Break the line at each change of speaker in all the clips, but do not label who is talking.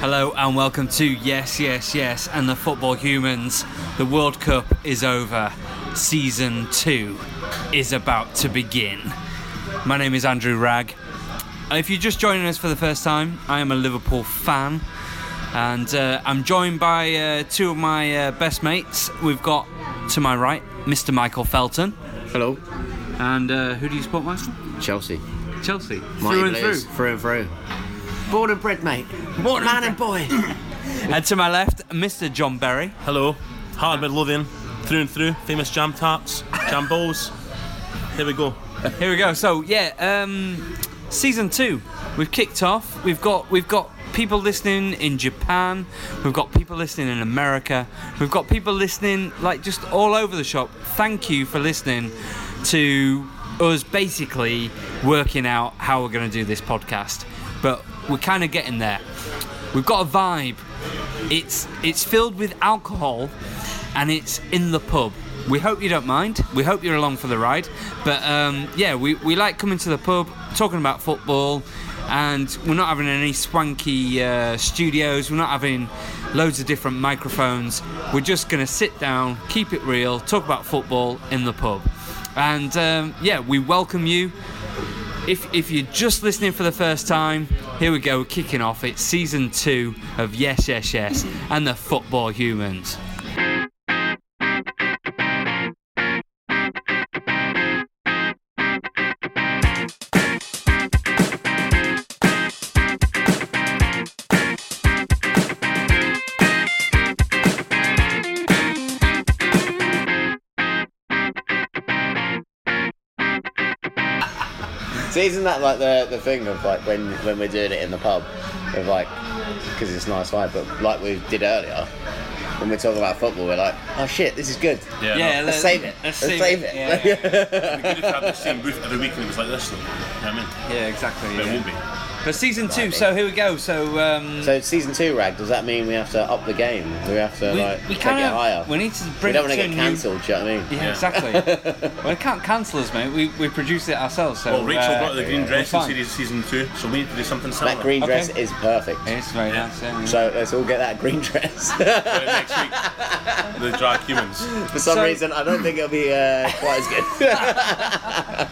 Hello and welcome to Yes, Yes, Yes and the Football Humans. The World Cup is over. Season 2 is about to begin. My name is Andrew Ragg. If you're just joining us for the first time, I am a Liverpool fan and uh, I'm joined by uh, two of my uh, best mates. We've got to my right Mr. Michael Felton.
Hello,
And uh, who do you support, Michael?
Chelsea.
Chelsea.
Mighty
through and
Blues,
through.
through and through. Born and bred, mate.
Born and
Man and boy.
And to my left, Mr. John Berry.
Hello, hard Midlothian, through and through, famous jam tarts, jam balls. Here we go.
Here we go. So yeah, um, season two. We've kicked off. We've got we've got people listening in Japan. We've got people listening in America. We've got people listening like just all over the shop. Thank you for listening to us basically working out how we're going to do this podcast. But we're kind of getting there. We've got a vibe. It's it's filled with alcohol, and it's in the pub. We hope you don't mind. We hope you're along for the ride. But um, yeah, we, we like coming to the pub, talking about football, and we're not having any swanky uh, studios. We're not having loads of different microphones. We're just going to sit down, keep it real, talk about football in the pub. And um, yeah, we welcome you. If, if you're just listening for the first time, here we go, kicking off. It's season two of Yes, Yes, Yes and the Football Humans.
so isn't that like the, the thing of like when, when we're doing it in the pub, of like, because it's nice vibe, but like we did earlier, when we're talking about football, we're like, oh shit, this is good.
Yeah,
Let's save it. Let's, save it.
Yeah, yeah.
It'd be good if I had the same booth every week and it was like this, though. You know what I mean?
Yeah, exactly.
But it
yeah.
won't be.
But season two, so here we go. So, um,
so season two, Rag, does that mean we have to up the game? We have to
we,
like
we
take it higher?
kind we need to
We
bring
don't
it
want to
a
get
new-
cancelled, do you know what I mean?
Yeah,
Yeah.
exactly. well, it can't cancel us, mate. We, we produce it ourselves. So,
Well, Rachel
uh,
brought the green
yeah.
dress in
Fine.
series season two, so we need to do something similar.
That green
Okay.
dress is perfect.
It's very
Yeah.
nice. Yeah.
So let's all get that green dress.
Uh, next week, the drag humans.
For some
So-
reason, I don't think it'll be uh, quite as good.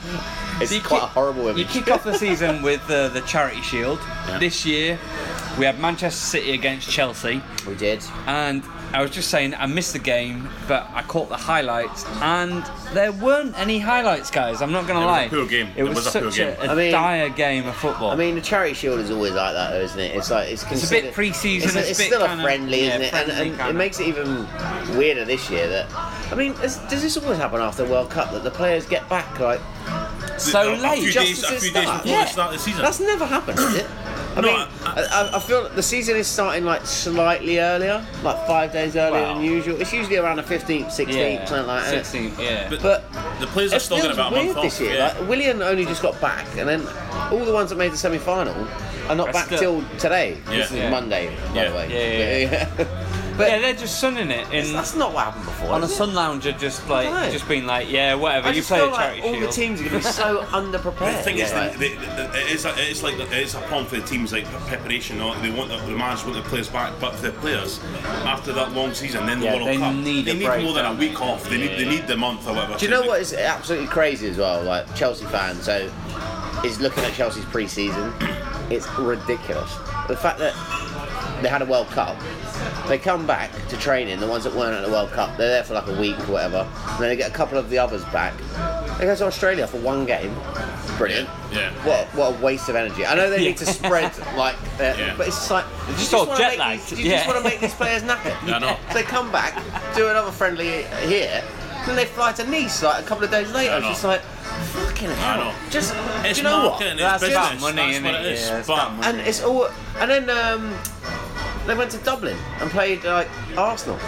it's
So you
quite
kick-
a horrible
You
image.
kick off the season with uh, the Charity Shield. This year, we had Manchester City against Chelsea.
we did.
and I was just saying I missed the game, but I caught the highlights, and there weren't any highlights, guys. I'm not gonna
It was a
lie.
poor game.
It,
It
was,
was a
such
poor game.
a, a
I mean-
dire game of football.
I mean, the charity shield is always like that, though, isn't it? It's like it's
it's a
considered,
bit pre-season. It's,
It's, it's,
a bit
still
kinda-
a friendly,
yeah,
isn't it? And,
friendly
and it
kinda.
makes it even weirder this year that. I mean, is, does this always happen after World Cup that the players get back like
so
a, A few
late.
just
days,
as
a
it
few days
starts.
before
Yeah.
the start of the season.
that's never happened, is it? I
No,
mean,
I-
I, I, I feel like the season is starting like slightly earlier, like five days earlier
Well.
than usual. It's usually around the fifteenth, sixteenth,
yeah,
something like that. isn't it?
16, yeah.
But-
But
the players are
It
still
feels
getting about a
weird
month off.
this year.
yeah.
Like, Willian only just got back, and then all the ones that made the semi-final are not
Are
back
still-
till today. This is
Yeah.
Monday, by
Yeah.
the way.
Yeah,
Yeah.
yeah,
but
they're just sunning it in,
that's not what happened before.
on a
is it?
sun lounger, just like
know.
just being like, yeah, whatever.
I
you
just
play
feel
the
like
charity
all the
shield.
teams are going to be so underprepared.
The thing is,
Yeah.
that they, they, it is a, it is like it is a problem for the teams like preparation. Or they want the, the managers want the players back, but for the players after that long season, then the
Yeah,
World
they
Cup,
need
they
a
need
break,
more than a
don't
week
they?
off. They need they need the month or whatever.
Do you know what is absolutely crazy as well? Like Chelsea fans, so is looking at Chelsea's pre-season. It's ridiculous. The fact that they had a World Cup, they come back to training. The ones that weren't at the World Cup, they're there for like a week or whatever. And then they get a couple of the others back. They go to Australia for one game. Brilliant.
Yeah,
What, what a waste of energy. I know they need to spread like, uh,
Yeah.
but it's just like you
just all
wanna
jet
make
lagged,
these- You
yeah.
just want to make these players knackered.
I know.
So they come back, do another friendly here, then they fly to Nice like a couple of days later.
I
It's
know.
just like, fucking hell.
know.
Just,
It's
do you know what?
marketing,
That's
it's
about
business.
money,
That's
innit?
what it is.
Yeah, it's
but
about money.
And it's all. And then um, they went to Dublin and played like Arsenal.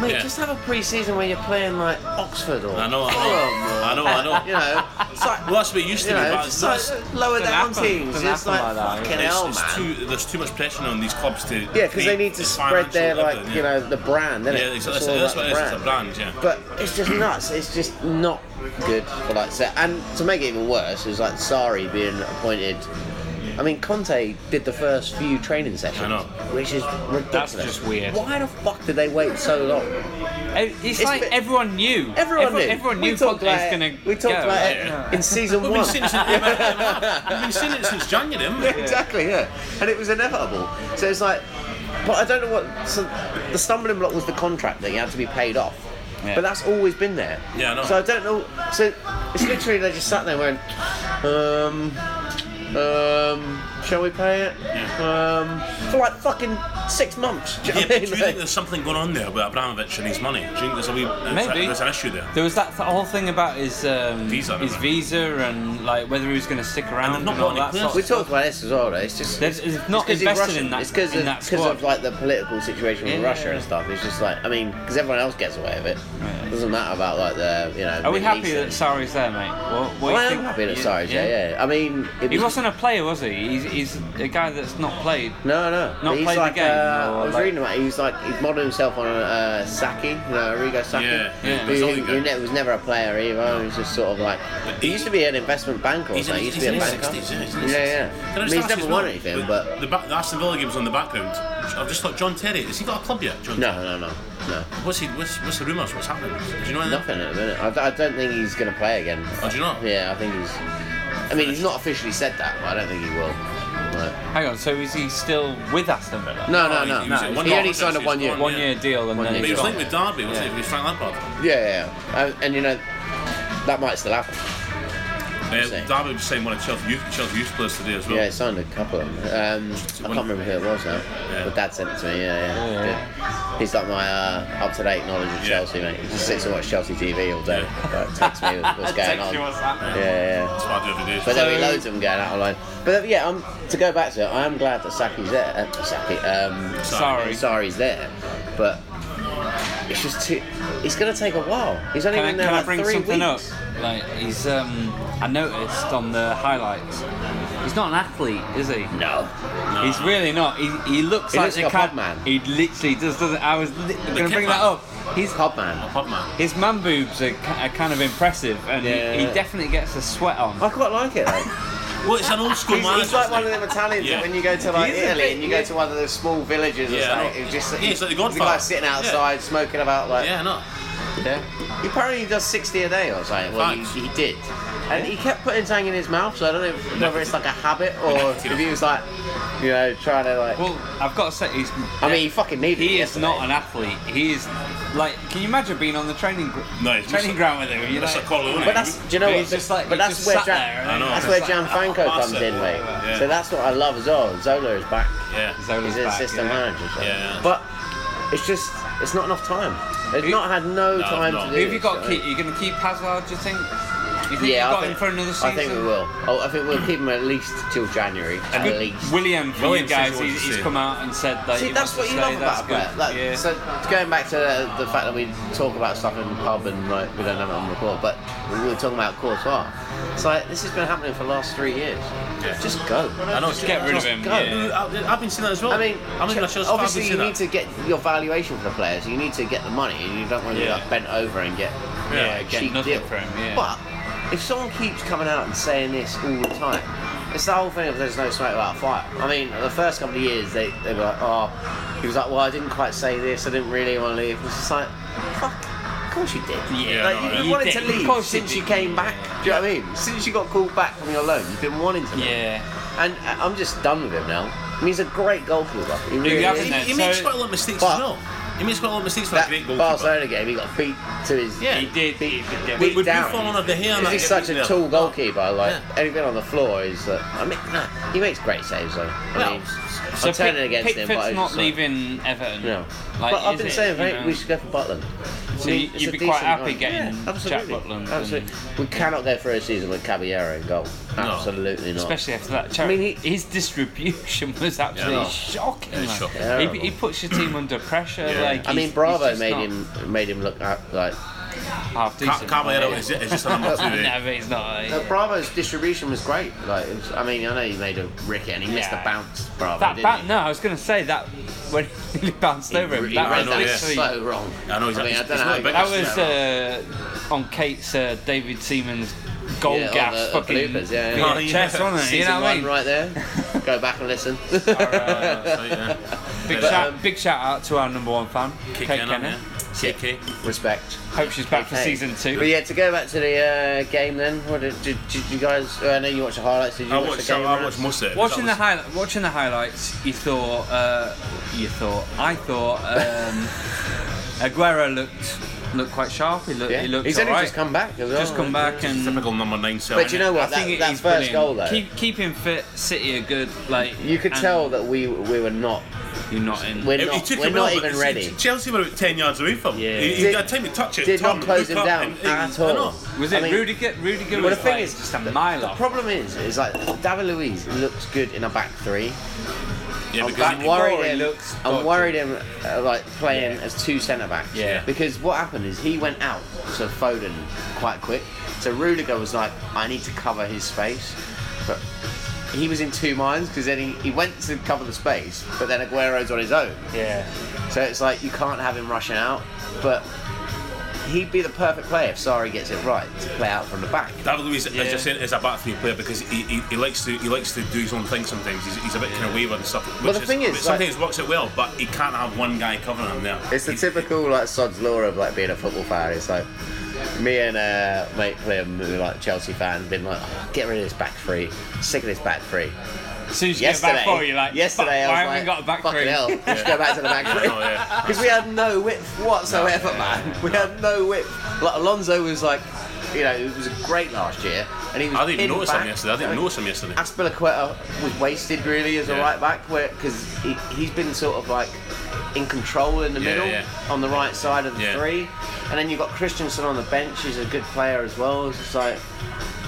Mate,
Yeah.
just have a pre-season where you're playing like Oxford or.
I know, I
Fulham
know,
or,
I know, I know.
You know, it's like.
Well, that's what it used to
you
be.
know,
But
just
it's,
like
it's,
lower
Doesn't
down
happen.
teams.
Doesn't
It's
happen like
like,
that,
fucking
it's,
hell,
it's
man.
too there's too much pressure on these clubs to.
Yeah, because they need to spread their like you know the brand, innit?
Yeah,
It's
exactly. That's,
all
that's
about
what
the
it is. It's a brand. Yeah.
But it's just nuts. It's just not good for like set. And to make it even worse, is like Sari being appointed I mean, Conte did the first few training sessions,
I know.
which is ridiculous.
just weird.
Why the fuck did they wait so long?
It- It's,
It's
like
bit-
everyone knew.
Everyone
Every-
knew.
Everyone
we
knew
talked
Conte's
about it.
gonna
We talked
go.
about it
Yeah.
in season
We've
one.
been seeing it since, we've been seeing it since January. haven't we?
exactly, yeah. And it was inevitable. So it's like, but I don't know what. So the stumbling block was the contract thing. It had to be paid off.
Yeah.
But that's always been there.
Yeah, I know.
So I don't know. So it's literally they just sat there and went, um, um, shall we pay it? Um, for like fucking six months. Do you know
Yeah,
what I
but do you
mean?
think there's something going on there with Abramovich and his money? Do you think there's a wee, there's,
Maybe.
A, there's an issue there?
There was that th- whole thing about his um,
Visa,
his
remember?
visa, and like whether he was going to stick around
they've not
and all
got
that
any
sort
We
of
talked about this as well. Though. It's just
There's- it's not
'cause he's
invested
Russian.
in that-
It's because
in
of,
that
'cause
squad.
of like the political situation with
Yeah.
Russia and stuff. It's just like I mean, because everyone else gets away with it.
Yeah.
Doesn't matter about like the you know.
Are we
Middle
happy
East
that
and-
Sarri's there, mate? What, what do
Well,
you
I am
think?
happy that
You-
Sarri's yeah. yeah, I mean, it
He wasn't a player, was he? He's, he's a guy that's not played.
No, no.
not
he's
played the
like,
game,
Uh,
or
I was
like-
reading about. it. He was like he's modelled himself on uh, Saki, you know, Rigo Saki.
Yeah,
yeah.
Who,
He's
who,
only good.
ne- was never a player either. He was just sort of like he used to be an investment banker. Or
He's in
something. He
his
used to be a
his
banker.
60s, yeah. he's in
Yeah,
his 60s.
yeah.
Can I
I
just
mean, he's
ask
never
as
won
well,
anything,
the-
but
the, back, the Aston Villa game was on the background. I've just thought John Terry. Has he got a club yet? John
no, no, no, no.
What's he? What's, what's the rumours? What's happening? Do you know anything?
Nothing at the minute. I, I don't think he's going to play again.
Oh, do you not?
Yeah, I think he's. I mean, he's not officially said that, but I don't think he will. Right.
Hang on, so is he still with Aston Villa?
No,
Oh,
no,
he-
no.
he was at one
He only
point,
signed a
he's
one year.
gone,
Yeah,
One year deal and
One
then
year
But he
he's
was
gone.
linked with Derby, wasn't
Yeah.
he? With Frank Lampard.
yeah, yeah. And, and you know, that might still happen.
Uh,
Same.
Derby was saying one of Chelsea youth, Chelsea youth players today as well.
Yeah, he signed a couple of them. Um, I
one-
can't remember who it was now.
Yeah.
But Dad sent it to me. Yeah, yeah.
Yeah, yeah.
Good. He's like my uh, up to date knowledge of
Yeah.
Chelsea, mate. He just sits and watches Chelsea TV all day. Like, texts me what's what's going
Takes
on.
you what's
yeah,
happening.
yeah.
That's what I do every day.
But there'll be
So-
loads of them going out online. But uh, yeah, um, to go back to it, I am glad that Saki's there. Uh, Saki, um,
Sorry.
Sari's there. But it's just too. It's going to take a while. He's only
Can I,
been there
can I
like
bring
three
something
weeks.
up? Like he's, um, I noticed on the highlights, he's not an athlete, is he?
No.
No.
He's really not. He, he looks
He
like
looks
the
like a
cat
pod man.
He literally does. Doesn't. I was li- going to
kid
bring that
man.
up. He's
Hobman.
Pub man.
his man boobs are, ki- are kind of impressive, and he,
Yeah. Oh.
he definitely gets the sweat on.
I quite like it though.
Well, it's an old school
He's,
man.
he's like one of them Italians
Yeah.
that when you go to like
He is a
Italy
bit-
and you go to one of those small villages
Yeah,
or
I
something,
know.
it's just
Yeah, he's like the
the
Godfather.
guy sitting outside smoking about like
Yeah, no.
yeah. He apparently does sixty a day or something. Well, he,
Thanks.
he did, and he kept putting something in his mouth. So I don't know if- whether it's like a habit or if he was like, you know, trying to like.
Well, I've got to say, he's.
I mean, he fucking needed.
he
it
is
yesterday.
not an athlete. He is like. Can you imagine being on the training gr-
No, he's
training
just-
ground with him? You
That's
know?
a Corleone.
But that's do you know
But
what?
he's just like.
but
he
that's
just
where
sat
Jan,
there and
I know.
he's
that's
just
where
like, oh,
Gianfranco
"Ah,
comes
massive."
in, mate.
Yeah.
So that's what I love as well. Zola is back.
Yeah.
Zola's
He's an
back,
assistant
yeah.
manager. So.
Yeah.
But it's just it's not enough time. They've
Who-
not had no,
No,
time
no.
to do.
Who have you
it,
got?
so-
Keep, you going to keep Hazard? Do you think? You think you
Yeah, I
got
think,
him for another season?
I think we will. Oh, I think we'll keep him at least till January. At
Good-
least.
William, for
William
you guys,
says he
he,
wants to
he's
see
come out and said that.
See,
he
that's what
wants
you
to
love
stay, that's
about a player.
good.
Like,
yeah.
So going back to the, the fact that we talk about stuff in the pub and like we don't have it on record, but we were talking about Courtois. It's like this has been happening for the last three years.
Yeah.
Just go.
I know. Just
get rid of him.
go.
Yeah.
I- I've been seeing that as well.
I mean,
I'm not sure.
obviously you need to get your valuation for the players. You need to get the money, and you don't want to
Yeah.
be like bent over and get you
Yeah,
know, a
get
cheap
nothing
deal.
for him, yeah.
But if someone keeps coming out and saying this all the time, it's the whole thing of there's no smoke without fire. I mean, the first couple of years they, they were like, oh, he was like, well, I didn't quite say this. I didn't really want to leave. It was just like, fuck. Of course you did.
Yeah,
like,
no,
you,
yeah.
you
You
wanted
did.
to
Of
leave
course you
since
did.
you came back. Do you know what I mean? Since you got called back from your loan, you've been wanting to. leave.
yeah.
And I- I'm just done with him now. I mean, he's a great goalkeeper. He really
haven't
is.
then?
He
So-
makes quite a lot of mistakes
But-
as well. He makes quite a lot of mistakes for a
That
great goalkeeper.
Barcelona game, he got beat to his.
Yeah.
He did. He did get
Beat
Would you
down.
fall on the hair?
He's such a tall goalkeeper. Like
Yeah.
anything on the floor is. Uh, I mean, nah, he makes great saves though. I
Well,
mean,
So
I'm turning
Pick-
against him, but
Pickford's
I
not
just, like,
leaving Everton.
No.
Like,
but I've
is
been
it,
saying,
you
mate,
know?
we should go for Butland.
So you-
it's
you'd
a
be quite
decent
happy
line.
getting
yeah,
Jack
absolutely.
Butland and-
Absolutely. We cannot go through a season with Caballero in goal. Absolutely not.
Especially after that
I
charity.
mean, he-
his distribution was absolutely
Yeah.
shocking.
Yeah, it's
like.
shocking.
He, he puts your team under pressure.
Yeah.
Like,
I
he's-
mean,
he's
Bravo
just
made
not
him made him look out like
half
Ca-
decent.
Caballero is is just a number two. eh?
No, but he's not.
Uh, Bravo's distribution was great. Like, it was, I mean, I know he made a ricket and he missed
Yeah.
a bounce. Bravo,
That
didn't
ba-
he?
no, I was going to say that when he bounced
He
over
re-
him,
he
that
read
was
I know,
that
yeah.
literally
so wrong.
I know, he's-
I mean, I
he's-
don't
he's
know.
not
how
big.
he-
That was uh, on Kate's uh, David Seaman's gold
Yeah, on
gas
the- the
fucking
bloopers, yeah, yeah.
VHS,
Oh, yeah.
wasn't it? You
Season
know what I
one
mean?
right there. Go back and listen.
Big,
But,
shout,
um,
big shout out to our number one fan, Kate
Kate Kenner,
Kenner.
yeah. KK.
Respect.
Hope she's back for
Hey.
season two.
But yeah, to go back to the uh, game then, what did, did, did you guys? uh, I know you watched the highlights. Did you
I
watch
watched,
the game?
I
Ryan?
watched most of it.
Watching the
That was-
highlight, watching the highlights, you thought, uh, you thought, I thought, um, Aguero looked looked quite sharp. He looked,
Yeah.
he looked
He's only
alright.
just come back. As well.
Just come back and.
typical number nine cell.
But you know
I
what?
think
That,
it
that
is
first
brilliant.
goal though.
Keep keep him fit. City are good. Like
you could
and
tell that we we were not.
you're not in.
We're
It- it
not,
took
we're
him a
not
little bit.
even ready.
Chelsea were about 10 yards away from him.
Yeah.
He, he
Did-
had time to touch it.
Did
turn,
not close
look
him
up,
down
and- and-
at
I
all.
know.
Was
I
it
mean,
Rudiger? Rudiger
Well,
was
the thing
like
is,
just a
the-
mile
The
off.
problem is, is like David Luiz looks good in a back three.
Yeah,
I'm,
because
I'm
he-
worried
Rory
him.
looks
I'm
dodgy.
worried him uh, like playing as two centre backs.
Yeah.
Because what happened is he went out to Foden quite quick. So Rudiger was like, I need to cover his space, but he was in two minds because then he, he went to cover the space, but then Aguero's on his own.
Yeah.
So it's like you can't have him rushing out, but. He'd be the perfect player if Sari gets it right to play out from the back.
David Luiz, as
Yeah.
I said, is a back three player because he, he, he likes to he likes to do his own thing sometimes. He's, he's a bit kind of wayward and stuff. Which
the thing is,
which sometimes works it well, but he can't have one guy covering him there.
It's the
He-
typical like Sod's law of like being a football fan. It's like me and uh, mate Liam, who are, like Chelsea fan, been like, "Oh, get rid of this back three, sick of this back three.
As soon as you
Yesterday,
get back four, you're like,
yesterday,
"Fuck, why
I
haven't
was
we
like,
got a back
fucking
three? Oh,
hell, let's go back to the back
I
three.
know, yeah.
Because we had no width whatsoever, man. We had no width. Like Alonso was like, you know, he was great last year, and he was.
I didn't
in
notice
back.
him yesterday. I didn't notice him yesterday.
Aspilicueta was wasted really as a
Yeah.
right back because he, he's been sort of like in control in the
Yeah,
middle
yeah.
on the right side of the
Yeah.
three, and then you've got Christensen on the bench. He's a good player as well. It's just like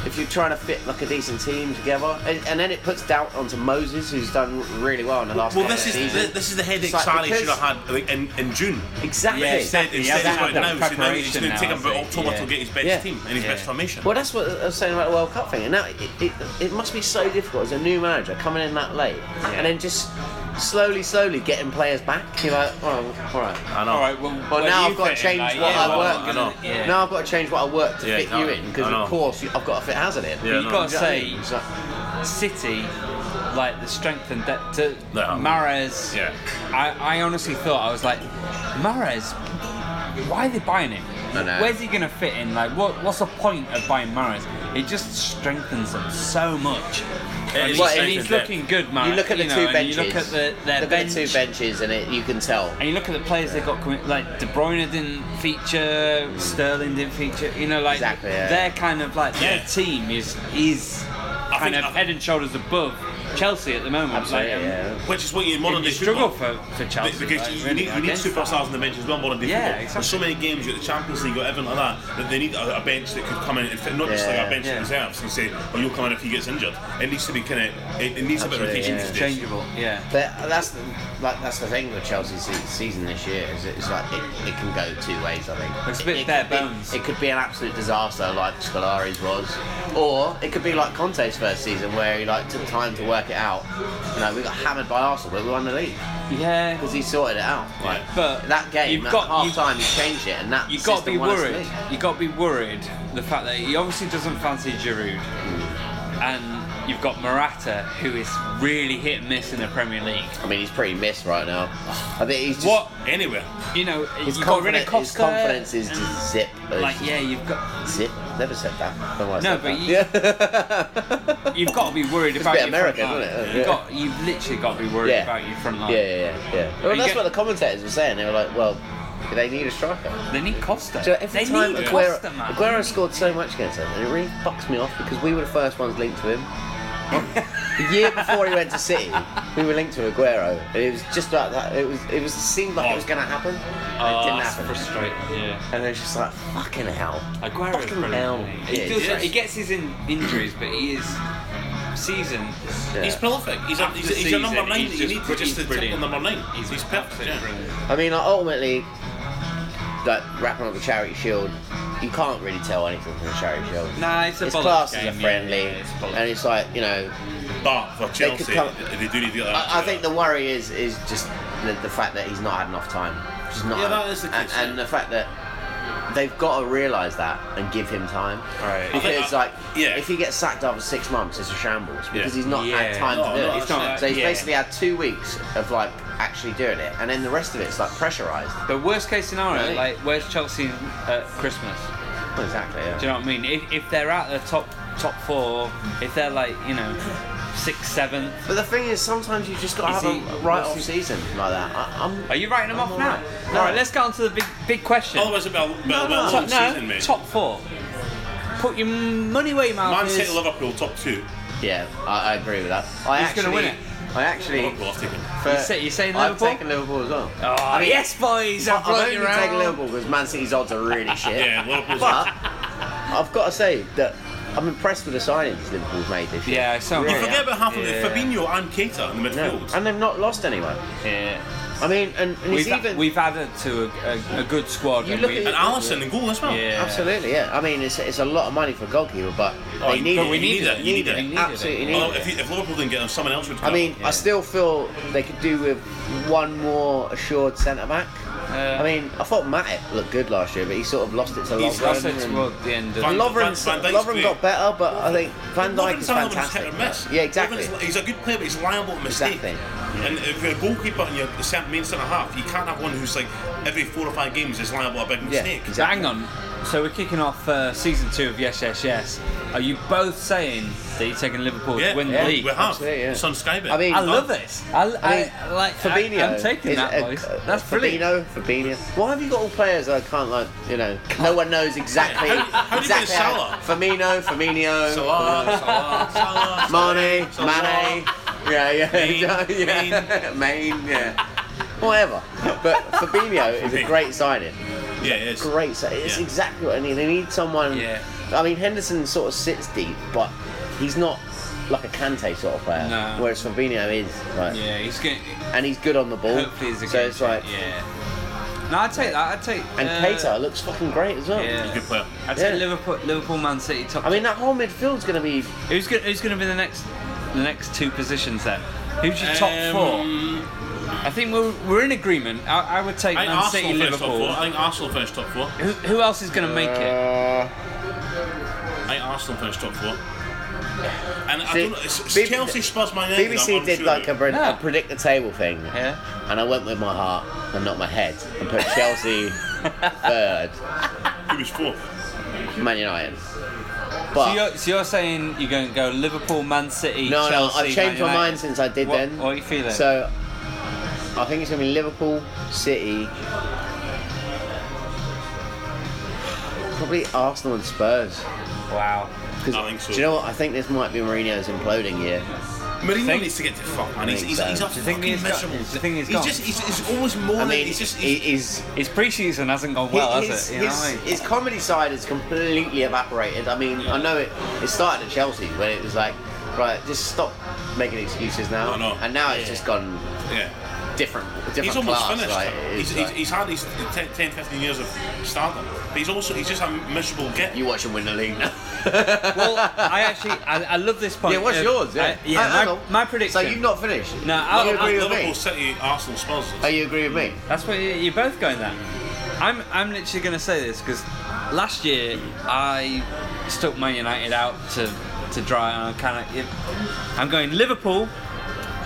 if you're trying to fit like a decent team together, and, and then it puts doubt onto Moses, who's done really well in the last.
Well,
couple
this
of
is
seasons.
the, this is the headache
It's like,
Sarri
because-
should have had like, in, in June.
Exactly.
Yeah,
Instead,
Exactly, he hasn't
instead he's
had
got it
that
now. So now it's
preparation
going to
now,
take him about
has he?
October
Yeah.
to get his best
Yeah.
team and his
Yeah.
best formation.
Well, that's what I was saying about the World Cup thing. And now it, it, it must be so difficult as a new manager coming in that late and then just slowly, slowly getting players back. You're like, oh, all right.
I know.
All right. Well, where
Well, now
you
I've got to
fit in,
change
like,
what
yeah,
I
well,
work.
I'm gonna- yeah.
Now I've got to change what I work to
Yeah,
fit
I
you
know,
in because,
I know.
of course, you- I've got to fit Hazard in.
Yeah, I
But
know.
you've got to
You know what I
say,
mean? It's like-
City, like the strength and depth. To
They are.
Mares,
Yeah.
I, I honestly thought I was like, Mares, why are they buying him?
I know.
Where's he gonna fit in? Like, what? What's the point of buying Mares? It just strengthens them so much. And
is
he's,
a
and he's
strength and
looking good, man.
you look at the
know,
two
and
benches.
You look at the, their
Look at
bench.
the two benches, and it, you can tell.
And you look at the players they've got coming, like De Bruyne didn't feature, Sterling didn't feature, you know, like
Exactly, yeah.
their kind of like their
Yeah.
team is is kind
think-
of
I-
head and shoulders above Chelsea at the moment.
Absolutely.
like, um,
yeah.
Which is what you
and
modern
you
day
struggle
football.
for, for Chelsea.
Because
like,
you,
really,
need, you need
against
superstars on the bench as well, modern day
Yeah,
football. There's so many games, you've got the Champions League, you've got everything like that, that they need a, a bench that could come in and fit, not just like
Yeah,
a bench
yeah.
of reserves. You say, oh, you'll come in if he gets injured. It needs to be kind of, it, it needs a bit
Absolutely,
of rotation
yeah.
these
that.
days.
changeable. Yeah.
But that's the, like, that's the thing with Chelsea's se- season this year is it's like it, it can go two ways. I think
It's a bit
it,
bare
could be-
bones.
it could be an absolute disaster like Scolari's was, or it could be like Conte's first season where he like took time to work it out. You know, we got hammered by Arsenal, but we won the league
Yeah.
because he sorted it out. Like,
But
that game,
you've
at
got-
half
you-
time, he changed it, and that
you got to
system
be
won us the
worried.
league.
you got to be worried the fact that he obviously doesn't fancy Giroud,
Hmm.
and you've got Morata who is really hit and miss in the Premier League.
I mean, he's pretty missed right now. I think he's just,
What
Anywhere.
you know,
His,
you got rid
confidence,
of Costa.
his confidence is
and,
just zip. It's
like
just
yeah, you've got
zip. Never said that. I don't know why I
No,
said
but you-
that.
you've got to be worried about
bit
your front
American,
line.
isn't it?
You've
Yeah.
got you've literally got to be worried
Yeah.
about your front line.
Yeah, yeah, yeah. yeah. Well,
You
that's
get-
what the commentators were saying. They were like, well, they need a striker.
They need Costa.
So every
they
time
need
Aguero,
Costa, man.
Aguero scored so much against us, and it really fucks me off because we were the first ones linked to him. the year before he went to City, we were linked to Aguero, and it was just like that. It was, it was seemed like it was going to happen, and
Oh,
it didn't
that's
happen.
frustrating. Yeah.
And it was just like fucking hell.
Aguero
Fucking hell.
He,
Yeah,
does,
yeah.
he gets his in, injuries, but he is season.
Yeah.
He's prolific. He's a, he's, a,
After
he's a number
season,
nine
he's
that
just
you need
br-
to just
he's
to tip
brilliant.
on number nine. He's, perfect.
absolutely
Yeah.
brilliant.
I mean, like, ultimately, like wrapping up the charity shield, you can't really tell anything from the charity shield.
Nah, it's a
His
bollocks
class is
game,
a
yeah,
friendly,
yeah, it's bollocks.
and it's like you know.
But for
They could
Chelsea,
come-
they, they do need to get that.
I, I think
together.
the worry is is just the, the fact that he's not had enough time. Just not
Yeah,
had-
that is the
and,
case,
and
yeah.
the fact that they've got to realise that and give him time.
Right.
Because
I-
like,
yeah.
if he gets sacked after six months, it's a shambles because
Yeah.
he's not had
Yeah.
time
No,
to do
no,
it.
it's not-
so he's
yeah.
basically had two weeks of like actually doing it, and then the rest of it's like pressurised.
But worst case scenario,
Really?
like where's Chelsea at Christmas?
Well, exactly.
Do
Yeah.
you know what I mean? If, if they're at the top top four, if they're like you know sixth, seventh,
But the thing is, sometimes you just got
Is
to have
he-
a right
what's
off
he-
season like that. I, I'm.
are you writing them
I'm
off
all
now?
right.
All
No.
right, let's get on to the big big question.
Otherwise, it'll be a, be a- be
no,
a long
top, no,
Oh, season, mate.
top four. Put your money where your mouth
Man
is.
City, Liverpool, top two.
Yeah, I, I agree with that. I
Who's
actually,
gonna win
I actually.
Liverpool, I've taken.
For,
You say- you saying
I've
Liverpool?
taken Liverpool as well.
Oh,
I mean,
yes, boys.
I-
I've
I've only
blown you around.
taken Liverpool because Man City's odds are really shit.
Yeah, Liverpool's.
But I've got to say that I'm impressed with the signings Liverpool's made this year.
Yeah, so-
you
yeah.
forget about half of
Yeah.
it. Fabinho and Keita in the
No,
midfield.
and they've not lost anyone.
Yeah.
I mean, and, and
We've,
it's even
we've added to a, a, a good squad.
You
and
look
we-
at
And Allison in goal as well.
Yeah.
absolutely yeah. I mean, it's it's a lot of money for a goalkeeper, but
Oh,
they
you-
need
but
it.
we
need
need
it.
it. You need
We
it.
need
Absolutely need
Although
it.
if, you, if Liverpool didn't get him, someone else would.
I
come.
mean,
Yeah.
I still feel they could do with one more assured centre back. I mean, I thought Matip looked good last year, but he sort of lost it to
He's
Lovren.
lost it
and-
toward the end of
Van-
Lovren,
Van Dijk's
Lovren
great.
got better, but I think Van Dijk
Lovren's
is
someone who's
fantastic.
Hit or miss.
Yeah, exactly.
Lovren's- He's a good player, but he's liable to mistake.
Exactly.
And if you're a goalkeeper and you're the cent- main centre half, you can't have one who's like every four or five games is liable to a big
Yeah,
mistake.
exactly.
Hang on. So we're kicking off uh, season two of Yes Yes Yes. Are you both saying that you're taking Liverpool
Yeah,
to win
yeah,
the league?
We have.
Absolutely, yeah.
It's on Sky Bet.
I mean,
I love this. I, I,
I mean,
like.
Fabinho.
I, am taking
is
that,
a- uh,
boys.
a-
That's brilliant.
Fabinho, Fabinho. Why have you got all players that I can't like? You know, no one knows exactly.
How- how do you
exactly
play
how- Firmino, Firmino,
Salah, Salah, Salah,
Mane,
Salah.
Mane. Yeah, yeah,
Mane,
yeah. Main, yeah. Whatever. But Fabinho is a great signing.
Yeah, it is.
Great signing. It's
Yeah.
exactly what I need. They need someone.
Yeah.
I mean, Henderson sort of sits deep, but he's not like a Kante sort of player.
No.
Whereas Fabinho is. Like,
Yeah, he's going.
and he's good on the ball.
Hopefully, he's a
so
good
it's like,
Yeah. No, I would take that. I would take.
and
uh,
Keita looks fucking great as well.
Yeah.
He's a good player.
I would take
Yeah.
Liverpool, Liverpool, Man City top.
I mean, that whole midfield's gonna be.
who's going? Who's going to be the next? The next two positions then. Who's your top four?
Um,
I think we're, we're in agreement. I, I would take
I think
Man City,
Arsenal finished top four.
Liverpool.
I think Arsenal finished top four.
Who, who else is going to make it?
Uh,
I think Arsenal finished top four. And I
See,
don't know. It's, it's
B-
Chelsea, Spurs, Man United. I'm
BBC did
unsure.
like a, pre-
Yeah.
a predict the table thing,
Yeah.
and I went with my heart and not my head and put Chelsea third,
He was fourth.
Man United.
So
But
you're, so you're saying you're going to go Liverpool, Man City,
no,
Chelsea,
no, I've
Man
changed my mind
United.
since I did
What-
then.
what are you feeling?
So I think it's gonna be Liverpool, City, probably Arsenal and Spurs.
Wow.
'Cause
I think so.
Do you know what? I think this might be Mourinho's imploding here.
Mourinho
Think-
needs to get to fuck, man. He's, he's,
Think
he's
so.
a
Do
you think
fucking
he's got-
miserable.
do you think he's
he's
gone?
just, he's, he's always more
I
than
mean,
he's just.
he
He's,
is.
His preseason hasn't gone well,
his,
has it? You know
his-
what I mean?
his comedy side has completely evaporated. I mean, I know it, it started at Chelsea when it was like, right, just stop making excuses now.
I know.
And now it's just gone
yeah.
different, different
He's almost
class.
finished.
Like, it is
he's, he's,
like,
he's had his 10, 10, 15 years of stardom. But he's also he's just a miserable git.
you watch him win the league now.
well, I actually, I, I love this point.
yeah, what's
Uh,
yours? Yeah,
I- yeah,
I- I
my,
know.
my prediction.
So you've not finished.
No,
Do
I'll-
you agree
I'll-
with
Liverpool,
me?
City, Arsenal, Spurs.
Oh, you agree with me?
That's why you- you're both going there. I'm, I'm literally going to say this because last year I stuck Man United out to, to dry, and I kind of, I'm going Liverpool,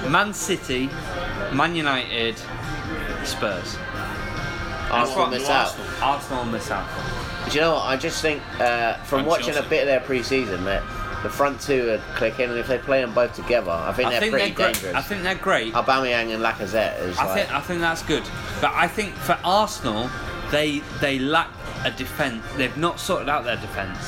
Man City, Man United, Spurs.
Arsenal
what-
miss out.
Arsenal.
Arsenal miss out.
Do you know what? I just think uh, from
And
watching
Chelsea.
a bit of their pre-season that the front two are clicking, and if they play them both together, I think
I
they're
think they're
pretty
great.
dangerous.
I think they're great.
Aubameyang and Lacazette is
I
like,
think I think that's good, but I think for Arsenal, they they lack a defence. They've not sorted out their defence.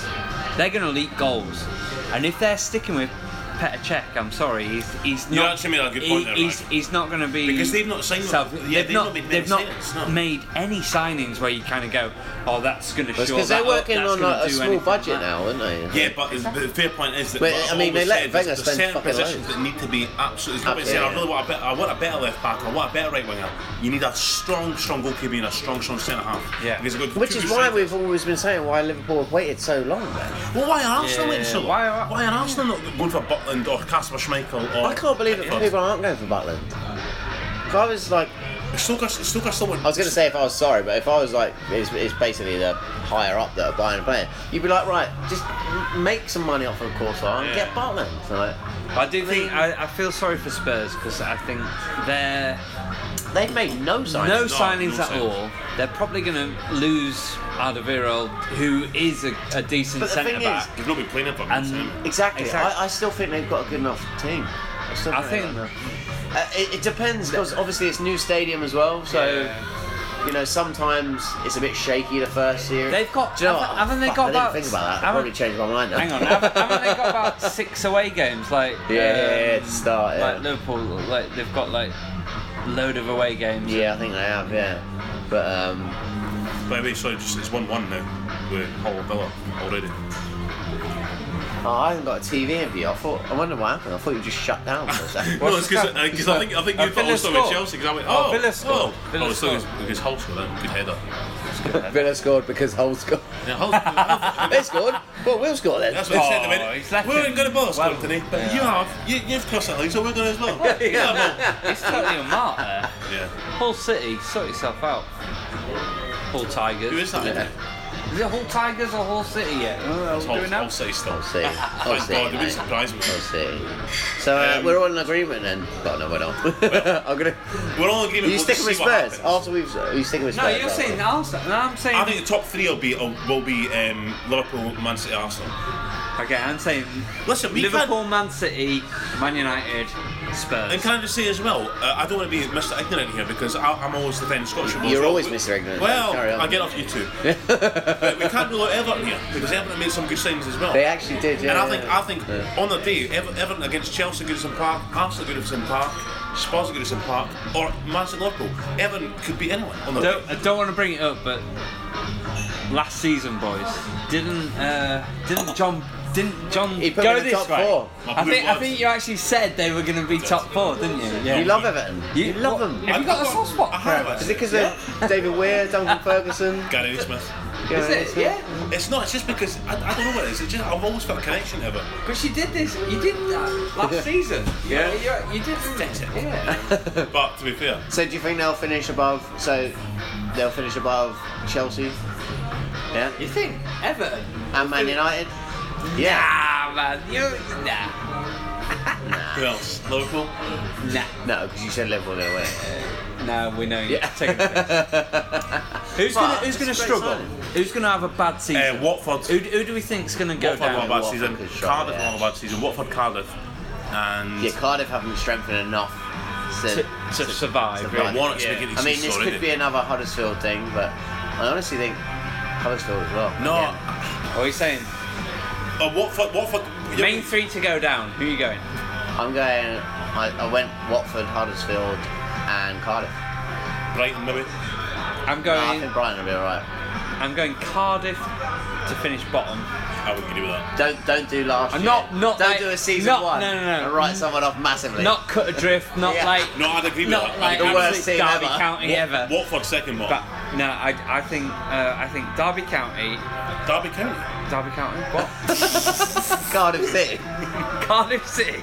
They're going to leak goals, and if they're sticking with Petr Cech, I'm sorry, he's he's not.
You actually made a good point there,
he's,
Ryan.
he's not going to be
Because they've not signed-
self-
yeah,
they've,
they've
not,
not made many
they've not
signings, no.
made any signings where you kind of go, oh, that's going to show.
Because they're working on like, a small budget now, aren't they?
Yeah, but the fair point is that.
But,
I've
I mean, they
always
let
said
Wenger
there's-
spend
there's certain
fucking
positions that need to be absolutely. It's not about saying, I
Absolutely.
really want a better, I want a better left back. I want a better right winger. You need a strong, strong goalkeeper and a strong, strong centre half.
Yeah.
Because they've got
Which
two
is
good
why
sides.
we've always been saying why Liverpool have waited so long. Man.
Well, why are Arsenal waiting so
Yeah,
long?
why are-
why are Arsenal not going for Butland or Casper Schmeichel? Or
I can't believe that
Yeah.
people aren't going for Butland. If I was like
Stoker, Stoker still went.
I was going to say if I was sorry, but if I was like, it's, it's basically the higher up that are buying a player, you'd be like, right, just m- make some money off of Corsair and
Yeah.
get Butland. So, Like,
I do think I, I feel sorry for Spurs because I think they're
they've made no signs.
no
no
signings at
signings.
all. They're probably going to lose Alderweireld, who is a, a decent
But the thing
centre back.
You've not been playing him for
And-
months. eh? haven't you?
Exactly.
Exact-
I, I still think they've got a good enough team. I, still
I
they've got
think-
enough. Uh, it, it depends. 'cause obviously, it's new stadium as well, so you know sometimes it's a bit shaky the first year.
They've got-
Do you know
haven't-
what?
haven't they
Fuck,
got
I didn't
about-
think about that. I
haven't-
probably changed my mind. Now.
Hang on, haven't, haven't they got about six away games? Like
yeah,
um,
to
like
start. Yeah.
Liverpool, like they've got like load of away games.
yeah, I think they have. Yeah, but um,
By the way, sorry, just, it's one-one now with Hull Villa already.
Oh, I haven't got a TV in view. I thought. I wonder what happened. I thought you just shut down for a second.
What's
no, it's
the
because
score?
I think I think
Oh,
you thought
Villa
also with
scored.
Chelsea because I went,
Oh,
oh,
Villa scored.
oh,
Villa
oh, so
scored.
because- because Hull scored that good header.
Villa scored because Hull scored.
Yeah, Hull. Hull-
They scored. Well, we'll score then.
That's what I said. They
Oh,
went,
he's left
we
him.
weren't going to bother scoring
Well,
today, but
yeah.
you have. You, you've crossed that line, so we're going to as well. yeah, well.
It's totally a mark there.
yeah.
Hull City, sort yourself out. Hull Tigers.
Who is that?
Yeah.
Is it Hull Tigers or Hull City yet? Oh,
It's
we're
Hull,
doing that?
Hull City still.
City. Hull
Thank
City,
God, it would
mate.
surprise me.
We'll see. So uh,
Um,
we're all in agreement then. But no, we're not. I'm gonna.
We're all agreeing.
Are you sticking with Spurs? Oh. After we've, are you sticking with
No,
Spurs?
you're
aren't
saying
you?
Arsenal. No, I'm saying.
I think the top three will be will be um, Liverpool, Man City, Arsenal.
okay, I'm saying.
Listen, we
Liverpool, Man City, Man United, Spurs.
And can I just say as well, uh, I don't want to be Mr. Ignorant here because I, I'm always defending Scottish football. as
You're
well.
always
We-
Mr. Ignorant.
Well,
Carry on.
I get off you two. but we can't rule out Everton here because Everton made some good signings as well.
They actually did. Yeah.
and I think I think
Yeah.
on the day Ever- Everton against Chelsea, Goodison Park, Arsenal, Goodison Park, Spurs, Goodison Park, or Man City, Liverpool, Everton could be anyone on the day.
don't, I don't want to bring it up, but last season, boys, didn't uh, didn't John didn't John
He put
go
them in the
this
top
way?
four.
I think I think you actually said they were going to be top four, didn't you? Yeah.
You love Everton.
You-
You, love
what-
them.
Have
I-
you got a
I've
soft spot?
I have.
Is
actually,
it because
yeah.
of David Weir, Duncan Ferguson?
Gary Smith?
you know,
Is it?
it's-
Yeah.
It's not. It's just because I, I don't know what it is. It's just I've always felt a connection to Everton.
Because you did this. You did that last season.
Yeah.
You, you did. Yeah.
But to be fair,
So do you think they'll finish above? So they'll finish above Chelsea. Yeah.
You think Everton?
And Man United. Yeah.
Nah, man. You nah
who else? Liverpool.
nah.
No, because you said Liverpool they'll win.
No, we know. you're
Yeah.
taking the piss. Who's
But
gonna Who's
it's
gonna
a great
struggle?
signing.
Who's gonna have a bad season?
Uh, Watford.
Who, who do we think's gonna go
Watford won a
down?
bad
Watford
season.
could struggle,
Cardiff
yeah.
won a bad season. Watford, Cardiff, and
Yeah, Cardiff haven't strengthened enough. To,
To, to survive.
survive.
really.
Warnock's
Yeah.
making it
I mean, this
already.
could be another Huddersfield thing, but I honestly think Huddersfield as well.
no.
Yeah.
What are you saying?
Uh, Watford. Watford. yeah,
Main three to go down. Who are you going?
I'm going. I, I went Watford, Huddersfield, and Cardiff.
Brighton maybe.
I'm
No, I
going.
think Brighton will be alright.
I'm going Cardiff to finish bottom.
I would agree with that.
Don't don't do last
I'm
year.
not- not
don't
like-
do a season
not-
one.
no, no, no.
And write someone off massively.
Not cut adrift. Not
Yeah.
like.
No, I'd agree with
Not
that.
like
I'd agree
The worst
absolute
team
Derby
ever.
County
Wa-
ever.
Watford second one.
But no, I, I think uh, I think Derby County,
Derby County.
Derby County, what?
Cardiff City.
Cardiff City.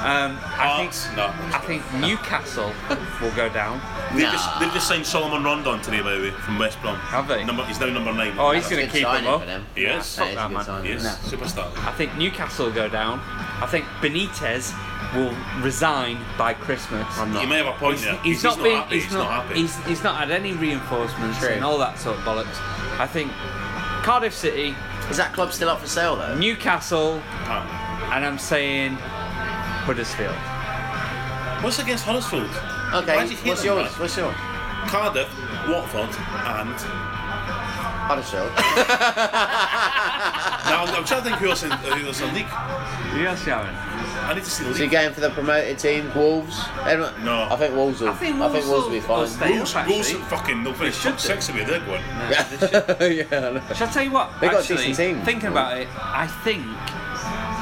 Um, I
Hearts?
think
no.
I think Newcastle will go down.
They've,
Nah.
just, they've just signed Solomon Rondon today, by the way, from West Brom.
Have they?
Number, he's now number nine.
Oh, he's
That's
going
a
to
good
keep
signing
him up.
for them.
He is.
Fuck
That is
that,
a good
man.
signing.
He is.
No.
Superstar.
I think Newcastle will go down. I think Benitez will resign by Christmas.
I'm not.
You may have a point there.
He's, not, being.
happy.
He's, not.
happy.
He's, he's not had any reinforcements
True.
and all that sort of bollocks. I think Cardiff City,
Is that club still up for sale though?
Newcastle,
Apparently.
and I'm saying Huddersfield.
What's against Huddersfield?
Okay,
Why'd you hate
what's
them,
yours?
man?
What's yours?
Cardiff, Watford, and
Huddersfield.
now I'm, I'm trying to think who else in who else in the league.
Yes, Sharon.
I need to see the
so you're
league.
going for the promoted team, Wolves? Anyone?
No.
I think Wolves will.
I think Wolves
Wolves will be
will- will
fine.
stay.
Wolves,
Actually-
Wolves, fucking they'll finish
should
top six if they're going.
yeah. I know.
Shall I tell you what?
They got a
actually,
decent team.
Thinking about it, I think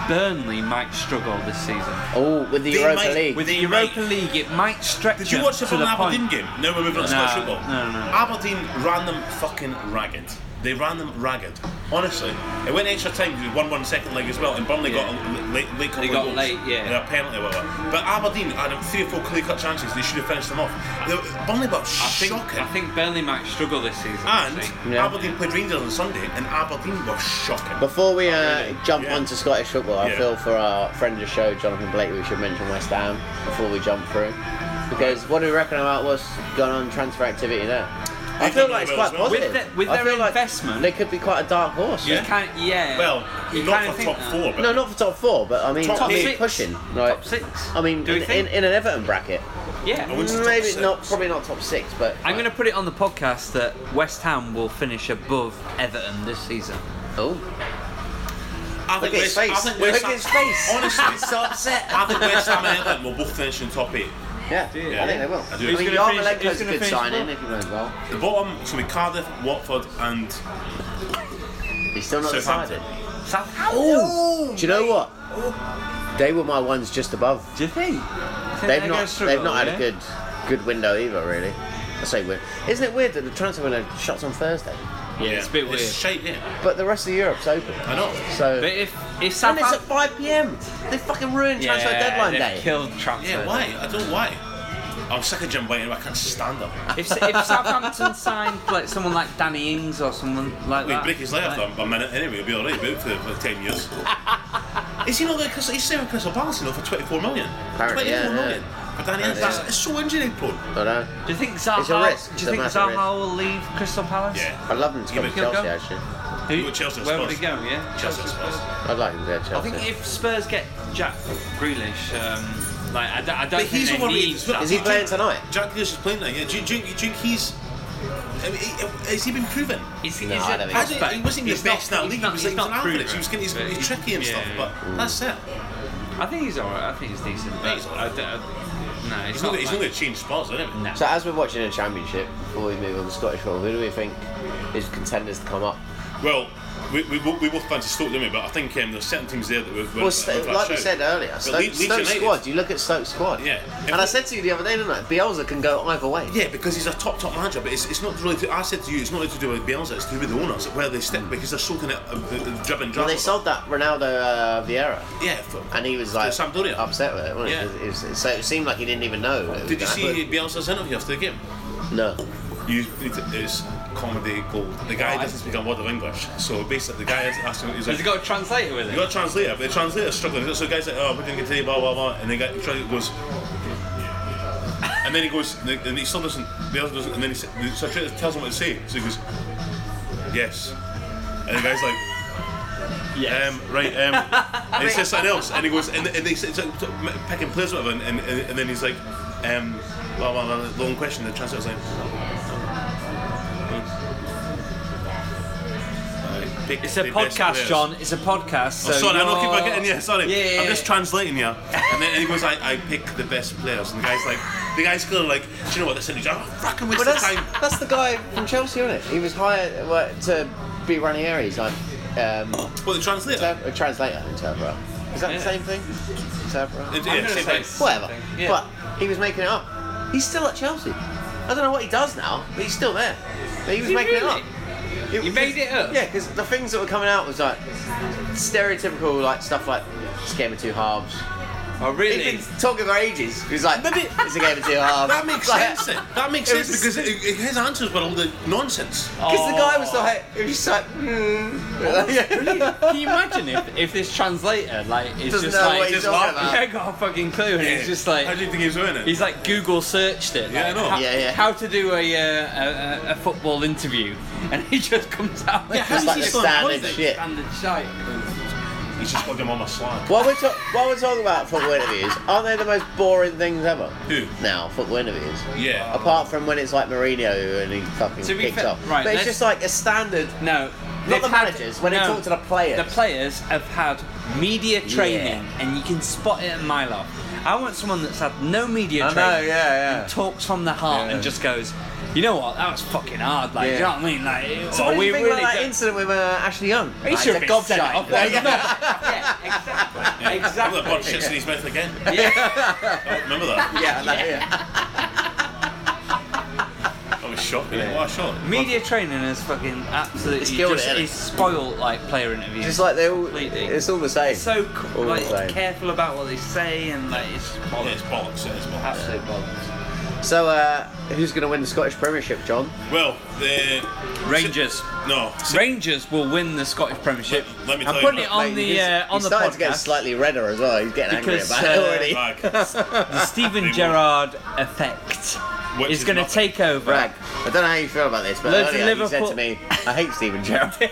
Burnley might struggle this season.
Oh, with the
They
Europa
might-
League.
With the
They
Europa League, it might stretch.
Did you
them
watch the
to
Fulham
the point.
Aberdeen game? Now we're moving on to
No,
Scottish football.
no, no, no.
Aberdeen ran them fucking ragged. They ran them ragged. Honestly, it went extra time because we won one second leg as well, and Burnley
Yeah.
got a l- late, late couple
They
of
got
goals.
late, yeah.
And a penalty, or whatever. But Aberdeen had three or four clear-cut chances. They should have finished them off. They- Burnley were
I think
shocking.
I think Burnley might struggle this season.
and
actually.
Yeah.
Aberdeen played Rangers on Sunday, and Aberdeen were shocking.
Before we uh, jump
Yeah.
onto Scottish football, I
Yeah.
feel for our friend of the show, Jonathan Blake, we should mention West Ham before we jump through. Because what do we reckon about what's gone on transfer activity there? I
They've
feel
done
like it's
well
quite
as well.
With
positive.
the- with
I
their
feel like
investment-
they could be quite a dark horse.
You
Yeah.
can't, yeah.
Well,
you kinda
not for
think
top
that.
four, but
No, not for top four, but I mean,
Top
I mean
six.
pushing. Like,
Top six.
I mean,
Do we
in, in,
think?
in an Everton bracket,
Yeah.
I wouldn't- Who's the top
maybe
six?
not, probably not top six, but
I'm going to put it on the podcast that West Ham will finish above Everton this season.
Oh,
I think
Look at
West,
his
I
face.
think
Look
West
at
Ham,
his face.
Honestly,
He's so upset.
I think West Ham and Everton will both finish in top eight.
yeah,
Yeah.
I think they will.
I
I,
do.
gonna
mean,
Who's
finish- who's
Yarmolenko's a
gonna
good
finish
signing
above?
if he went well.
The bottom should be Cardiff, Watford, and
He's still not
Southampton.
decided.
Southampton.
Oh, do you know what? They were my ones just above.
Do you think?
They've not, they've not had a good, good window either, really. I say weird. Isn't it weird that the transfer window shuts on Thursday,
Yeah, it's a bit weird.
It's shite, yeah.
but the rest of Europe's open?
I know.
So
but if if
and it's at
Southampton,
5 p.m. They fucking ruined
yeah,
transfer deadline
they've
day.
killed transfer.
Yeah, why? I don't know why. I'm sick of Jim White and I can't stand him.
If, if Southampton signed like someone like Danny Ings or someone like
We'd
that,
break his leg
like-
after a minute anyway, he'll be alright about for, for 10 years. Is he not like, he's saving Crystal Palace you know, for 24 million?
Apparently,
24
yeah,
million. But Danny Ings,
Yeah.
that's it's so injury prone.
I know.
Do you think Zaha?
It's a risk.
Do
It's
you
a
think
massive
Zaha
risk.
will leave Crystal Palace?
Yeah.
I'd love them to
Yeah,
come to
but
he'll
Chelsea
go.
actually.
Who-
Go Chelsea or
Where would he
Spurs?
go? Yeah.
Chelsea or Spurs.
I'd like him to go to
I
Chelsea.
think if Spurs get Jack Grealish, um, like I, d- I don't
But
think
he's
they
overrated
need
as well.
that.
Is he
Jack-
playing tonight?
Jack Grealish is playing now, yeah. Do you, do you, do you think he's. I mean, he- has he been proven?
Is he?
No,
is
I
it-
don't think
I don't, he wasn't
he's
the best
not-
in that
he's
league.
not-
he was
he's
like, he was
not
an average.
proven.
He was, he's,
But
he's tricky and
yeah.
stuff, but that's it.
I think he's alright. I think he's decent. But
he's
I
alright.
don't, I- no,
He's
it's
not,
not.
he's not
like-
going to change spots, isn't he?
No.
So as we're watching a championship, before we move on to Scottish football, who do we think is contenders to come up?
Well, we, we, bo- we both fancy Stoke, didn't we? But I think um, there's certain teams there that we've.
Well, Sto- like we said earlier, Stoke,
Leeds
Stoke
United-
squad. You look at Stoke squad.
Yeah.
And I said to you the other day, didn't I? Bielsa can go either way.
Yeah, because he's a top top manager, but it's, it's not really. To, I said to you, it's not really to do with Bielsa. It's to do with the owners where they stick because they're soaking it, uh, uh, drib and drab.
Well, they sold that Ronaldo uh, Vieira,
Yeah, for,
and he was
to
like
Sampdoria.
upset with it. Wasn't
Yeah.
he? It was- so it seemed like he didn't even know. that he
Did you
was
see
gonna-
Bielsa's interview after the game?
No.
You need to, it's comedy gold. The guy
Right.
doesn't speak a word of English, so basically the guy is asking. He's like,
Has he got a translator with
You
him?
got a translator, but the translator's struggling. So the guy's like, oh, we're drinking today, blah, blah, blah. And the guy the translator goes, and then he goes, and the- and he still doesn't, the other doesn't, and then he sa- the translator tells him what to say. So he goes, yes. And the guy's like,
Yes.
um, right, um, and he says something else, and he goes, and, and they say, it's like, sort of picking players, or whatever, and, and, and then he's like, um, blah, blah, blah, long question. The translator's like, "Aye, pick
It's a
the best
podcast,
players."
John. It's a podcast. So
Oh, sorry, I know I keep
you're-
forgetting you. Sorry,
Yeah, yeah,
I'm just
yeah.
translating you. And then and he goes, I, I pick the best players, and the guy's like, the guy's kind of like, do you know what? This is oh, fucking waste
Well,
of
that's,
time.
that's the guy from Chelsea, isn't it? He was hired well, to be Ranieri's like um,
Well, the translator.
inter- a translator, interpreter. Is that
Yeah.
the same thing? Interpreter.
It-
I'm
yeah,
gonna
same
say-
thing.
Whatever.
Something, yeah.
But he was making it up. He's still at Chelsea. I don't know what he does now, but he's still there. But he was
he
making it
really?
up. It-
You made it up?
Yeah, because the things that were coming out was like stereotypical, like stuff like it's a game of two halves.
Oh really?
He's been talking for ages. He's like, it's a game of two halves.
That makes
Like,
sense. Then. That makes
it
sense
was-
because it, it- his answers were all the nonsense.
Because
Oh.
the guy was like, it was just like, hmm.
Can you imagine if, if this translator like is
Doesn't
just
know
like
what he's
just like,
talking about.
"Yeah, I got a fucking clue and he's just
how do
like
you think he's doing it?
he's like Google searched it.
Yeah, I
like,
know.
How,
Yeah, yeah.
how to do a, uh, a a- a football interview and he just comes out with
Yeah, how
just
It's
is
like
like the
he still employed
standard
then?
shit.
standard shite.
he's just called him on my slag.
While we're, ta- while we're talking about football interviews, aren't they the most boring things ever?
Who?
Now, football interviews.
Oh,
Yeah.
Apart from when it's like Mourinho and he fucking
To be
kicks
fair-
off.
right,
but it's
let's-
just like a standard.
No.
Not
they've
the
had-
managers, when they talk to the players.
The players have had media training and you can spot it a mile off. I want someone that's had no media training.
yeah,
and talks from the heart
Yeah.
and just goes, you know what, that was fucking hard. Like, do you know
Yeah.
what I mean? Like, it-
So
oh,
what do
we
you think
really
about that
don't-
incident with uh, Ashley Young?
He
Like,
should
he's a
be
gobshite.
sent off.
Yeah,
Yeah.
yeah.
yeah, exactly.
Remember that
Exactly.
shits in his mouth again.
Yeah.
Oh, remember that?
Yeah, like, yeah.
Oh, shit. shocking.
Yeah.
What a shock.
Media training is fucking absolutely
It's killed
just
it, innit?
it's spoiled like player interviews.
Just like they all,
completely.
it's all the same.
so c-
All the
like
same.
careful about what they say and like it's
Yeah,
bollocks.
it's Oh, bollocks. It is bollocks.
Absolute bollocks.
So, uh, who's going to win the Scottish Premiership, John?
Well, the
Rangers.
no.
Rangers will win the Scottish Premiership.
Let me
I'm
tell
putting
you.
it on
Mate,
the
he's-
uh, on the
he's starting
podcast.
to get slightly redder as well. He's getting
Because,
angry about
uh,
it already.
Rag.
the Stephen Gerrard effect
Which
is
is
going to
nothing.
take over.
Rag, I don't know how you feel about this, but
Loads of
earlier you said
Liverpool-
to me, "I hate Stephen Gerrard."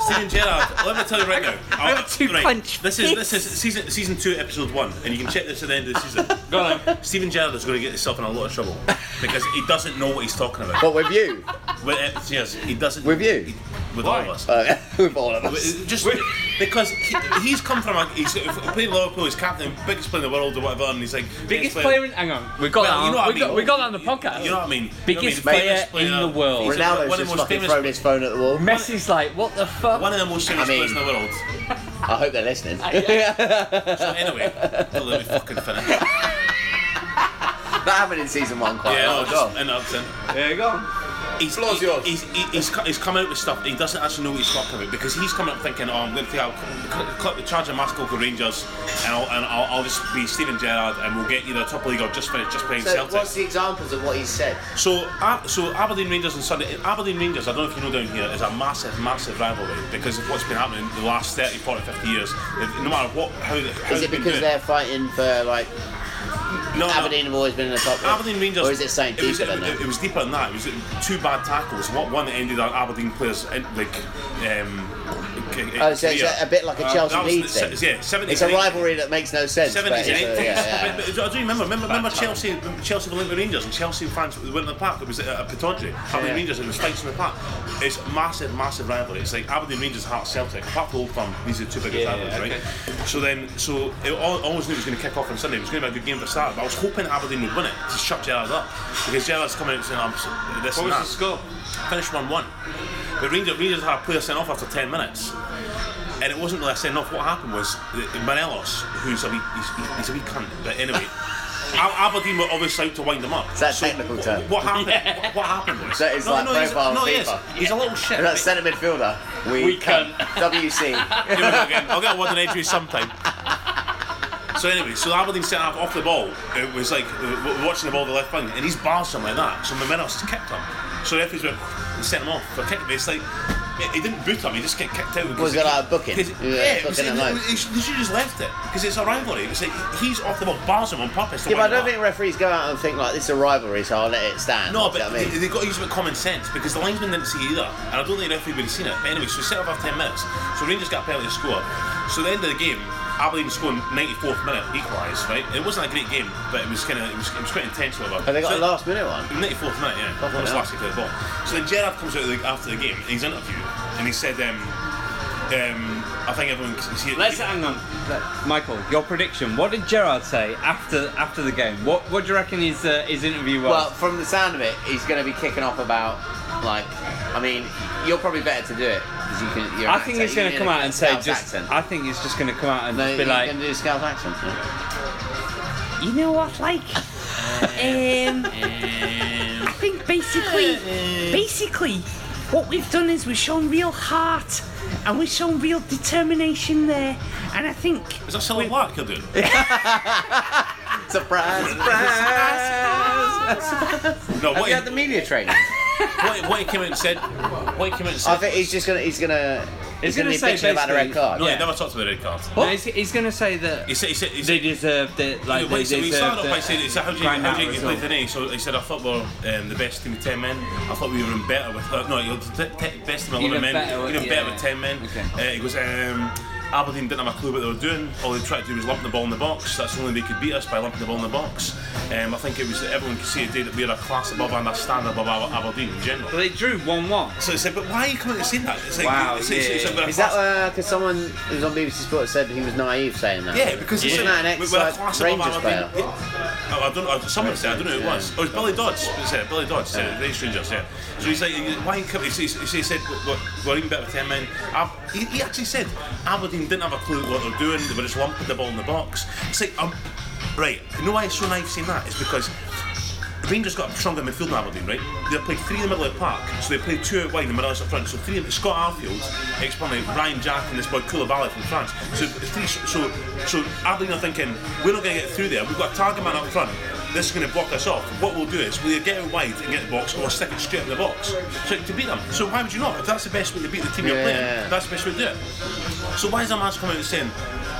Steven Gerrard. Let me tell you right now.
I got two punch
This is this is season season two, episode one, and you can check this at the end of the season.
Go on.
Stephen Gerrard is going to get himself in a lot of trouble because he doesn't know what he's talking about.
What with you?
With, uh, yes, he doesn't.
With you?
he- with all
Why? Oh,
of us.
Uh, with all of
But
us.
it- Just because he, he's come from a, he's played Liverpool, he's captain, biggest player in the world or whatever, and he's like
Biggest player in hang on, we got
Well,
that on
you know what I
we, got,
mean.
we got that on the podcast.
You know what I mean? You know what
Biggest
I
player
mean? Famous player.
in the world.
He's one of
Ronaldo's
the
just
most
fucking
famous-
thrown his phone at the wall.
Messi's like, what the fuck?
One of the most famous
I mean-
players in the world.
I hope they're listening.
So anyway, don't let me fucking finish. Yeah,
that happened in season one quite a
no,
lot.
just
John.
end up then.
there you go.
He's,
Floor's
he-
yours.
He's, he- he's, co- he's come out with stuff that he doesn't actually know what he's talking about because he's coming up thinking, oh, I'm going to think I'll cl- cl- cl- charge a mask over Rangers and, I'll, and I'll, I'll just be Steven Gerrard and we'll get you the top league or just finish just playing
So,
Celtic.
what's the examples of what he said?
So, Ab- so Aberdeen Rangers and Sunday. and Aberdeen Rangers, I don't know if you know down here, is a massive, massive rivalry because of what's been happening the last 30, 40, 50 years. If- No matter what, how, they- how
Is it
they've been
because
doing-
they're fighting for like
no, no.
Aberdeen have always been in the top? league?
Aberdeen Rangers.
Or is it something
was,
deeper than
it,
that?
was deeper than that. It was two bad tackles. What one that ended on Aberdeen players in, like. Um, c-
Oh, so it's
career.
a, a bit like a
Uh,
Chelsea
that was
Leeds
the se-
thing.
Yeah, 70s.
It's a rivalry that makes no sense. but
Seventies and
it's a-
eighties.
yeah, yeah.
But- but I do remember. Remember, remember Chelsea. Chelsea were linked with Rangers, and Chelsea fans went in the park. It was at uh, Petardry. Aberdeen
Yeah.
Rangers. It was fights in the park. It's massive, massive rivalry. It's like Aberdeen Rangers, Heart Celtic, apart from Old Firm. These are the two biggest
Yeah,
rivalries, right? So then, so it, all, I always knew it was going to kick off on Sunday. It was going to be a good game for Saturday. But I was hoping Aberdeen would win it to shut Gerrard up because Gerrard's coming out saying, "I'm s- this and that."
score?
Finished one-one. But Rangers, Rangers had a player sent off after ten minutes and it wasn't really a send off. What happened was that Manelos, who's a wee, he's, he's a wee cunt, but anyway, Ab- Aberdeen were obviously out to wind him up.
that a technical term?
What happened? what, what happened was
That is like
he's-
profile
no, he
FIFA.
is. He's a little shit.
And that centre midfielder, we,
We
cunt. WC.
Here we go again. I'll get one on entry sometime. So anyway, so Aberdeen set up off the ball. It was like uh, w- watching the ball to the left wing, and he's barred him like that. So Momenos kicked him. So the referees went and sent him off for kicking. me. It's like he- he didn't boot him. He just got kicked out.
Was it like a booking?
because-
Yeah,
Yeah, it was,
booking and
it-
like-
they should they should have just left it because it's a rivalry. It's like he's off the ball, bars him on purpose. to
Yeah, but I
wind him
don't
up.
think referees go out and think like this is a rivalry, so I'll let it stand.
No,
Do you know
but
what I
they,
mean?
they've got to use a bit of common sense because the linesman didn't see it either, and I don't think the referee would have seen it. But anyway, so set up after 10 minutes. So Rangers got a penalty to score. So at the end of the game, Aberdeen scored 94th minute, equalised, right? It wasn't a great game, but it was kind of it was, it was quite intense. Whatever.
Have they got a
so
last minute one?
94th minute, yeah.
Fucking
That was
hell.
last he played the ball. So then Gerard comes out of the, after the game and he's interviewed, and he said, um, um, I think everyone can see it.
Let's hang on. Let- Michael, your prediction. What did Gerard say after after the game? What What do you reckon his uh, his interview was?
Well, from the sound of it, he's going to be kicking off about like, I mean, you're probably better to do it because you can. You're an
I think
actor.
he's
You
going
need
to come
a
out and say
Scouse
just.
Accent.
I think he's just going to come out and
no,
just
you're
be like,
going to do a Scouse accent. no?
you know what, like, um, I think basically, basically, what we've done is we've shown real heart and we've shown real determination there, and I think.
Is that Silly Black you're doing?
Surprise!
No,
Have
what
you
he,
had the media training?
what, what he came out and said. What he came out and said.
I think he's just going to. He's going to. He's,
He's
going to
gonna
be
say
bitching about the red
basically-
card.
no,
yeah.
he never talked about the red card.
No, he's, he's going to say that
He said, he said, he
they
said,
deserved it. Like
Wait, so
they
he
deserved
started off
it.
by saying, it's how do you,
Grind
how
out
do you get
results.
played today? So he said, I thought we we're um, the best team with 10 men. I thought we were in better with, uh, no, you're the t- t- best team with
Even
11 men.
better with-
Even better
yeah.
with 10 men.
Okay.
Uh, he goes, um, Aberdeen didn't have a clue what they were doing. All they tried to do was lump the ball in the box. That's the only way they could beat us by lumping the ball in the box. Um, I think it was that everyone could see today that we're a class above and a standard above Aber- Aberdeen in general.
But they drew one-one.
So he said, but why are you coming to see that? It's like,
Wow,
it's, it's, it's,
yeah.
it's, we're a
Is that
class-
because someone who was on BBC Sports said he was naive saying that?
Yeah, because it's
isn't
like-
that an
we- we're a
ex
class
like,
above
Rangers player?
Aberdeen. Yeah. Oh, I don't know. Someone said I don't know who it was. Oh, it was Billy Dodds. It said Billy Dodds. Said yeah. Rangers. Yeah. So he's like, why you come? He says- he said "Look, look, we're even better with ten men. Ab- He, he actually said Aberdeen didn't have a clue what they're doing. They were just lumping the ball in the box. It's like, um, right. You know why it's so nice seeing that? It's because Rangers got a stronger midfield than Aberdeen, right? They played three in the middle of the park, so they played two out wide and Morales up front. So three, Scott Arfield, ex-Burnley, Ryan Jack, and this boy Koulibaly from France. So it's three, so so Aberdeen are thinking we're not going to get through there. We've got a target man up front. This is going to block us off. What we'll do is we'll either get out wide and get the box, or stick it straight in the box. So to beat them. So why would you not? If that's the best way to beat the team you're
Yeah.
playing, that's the best way to do it. So why is that man coming out and saying,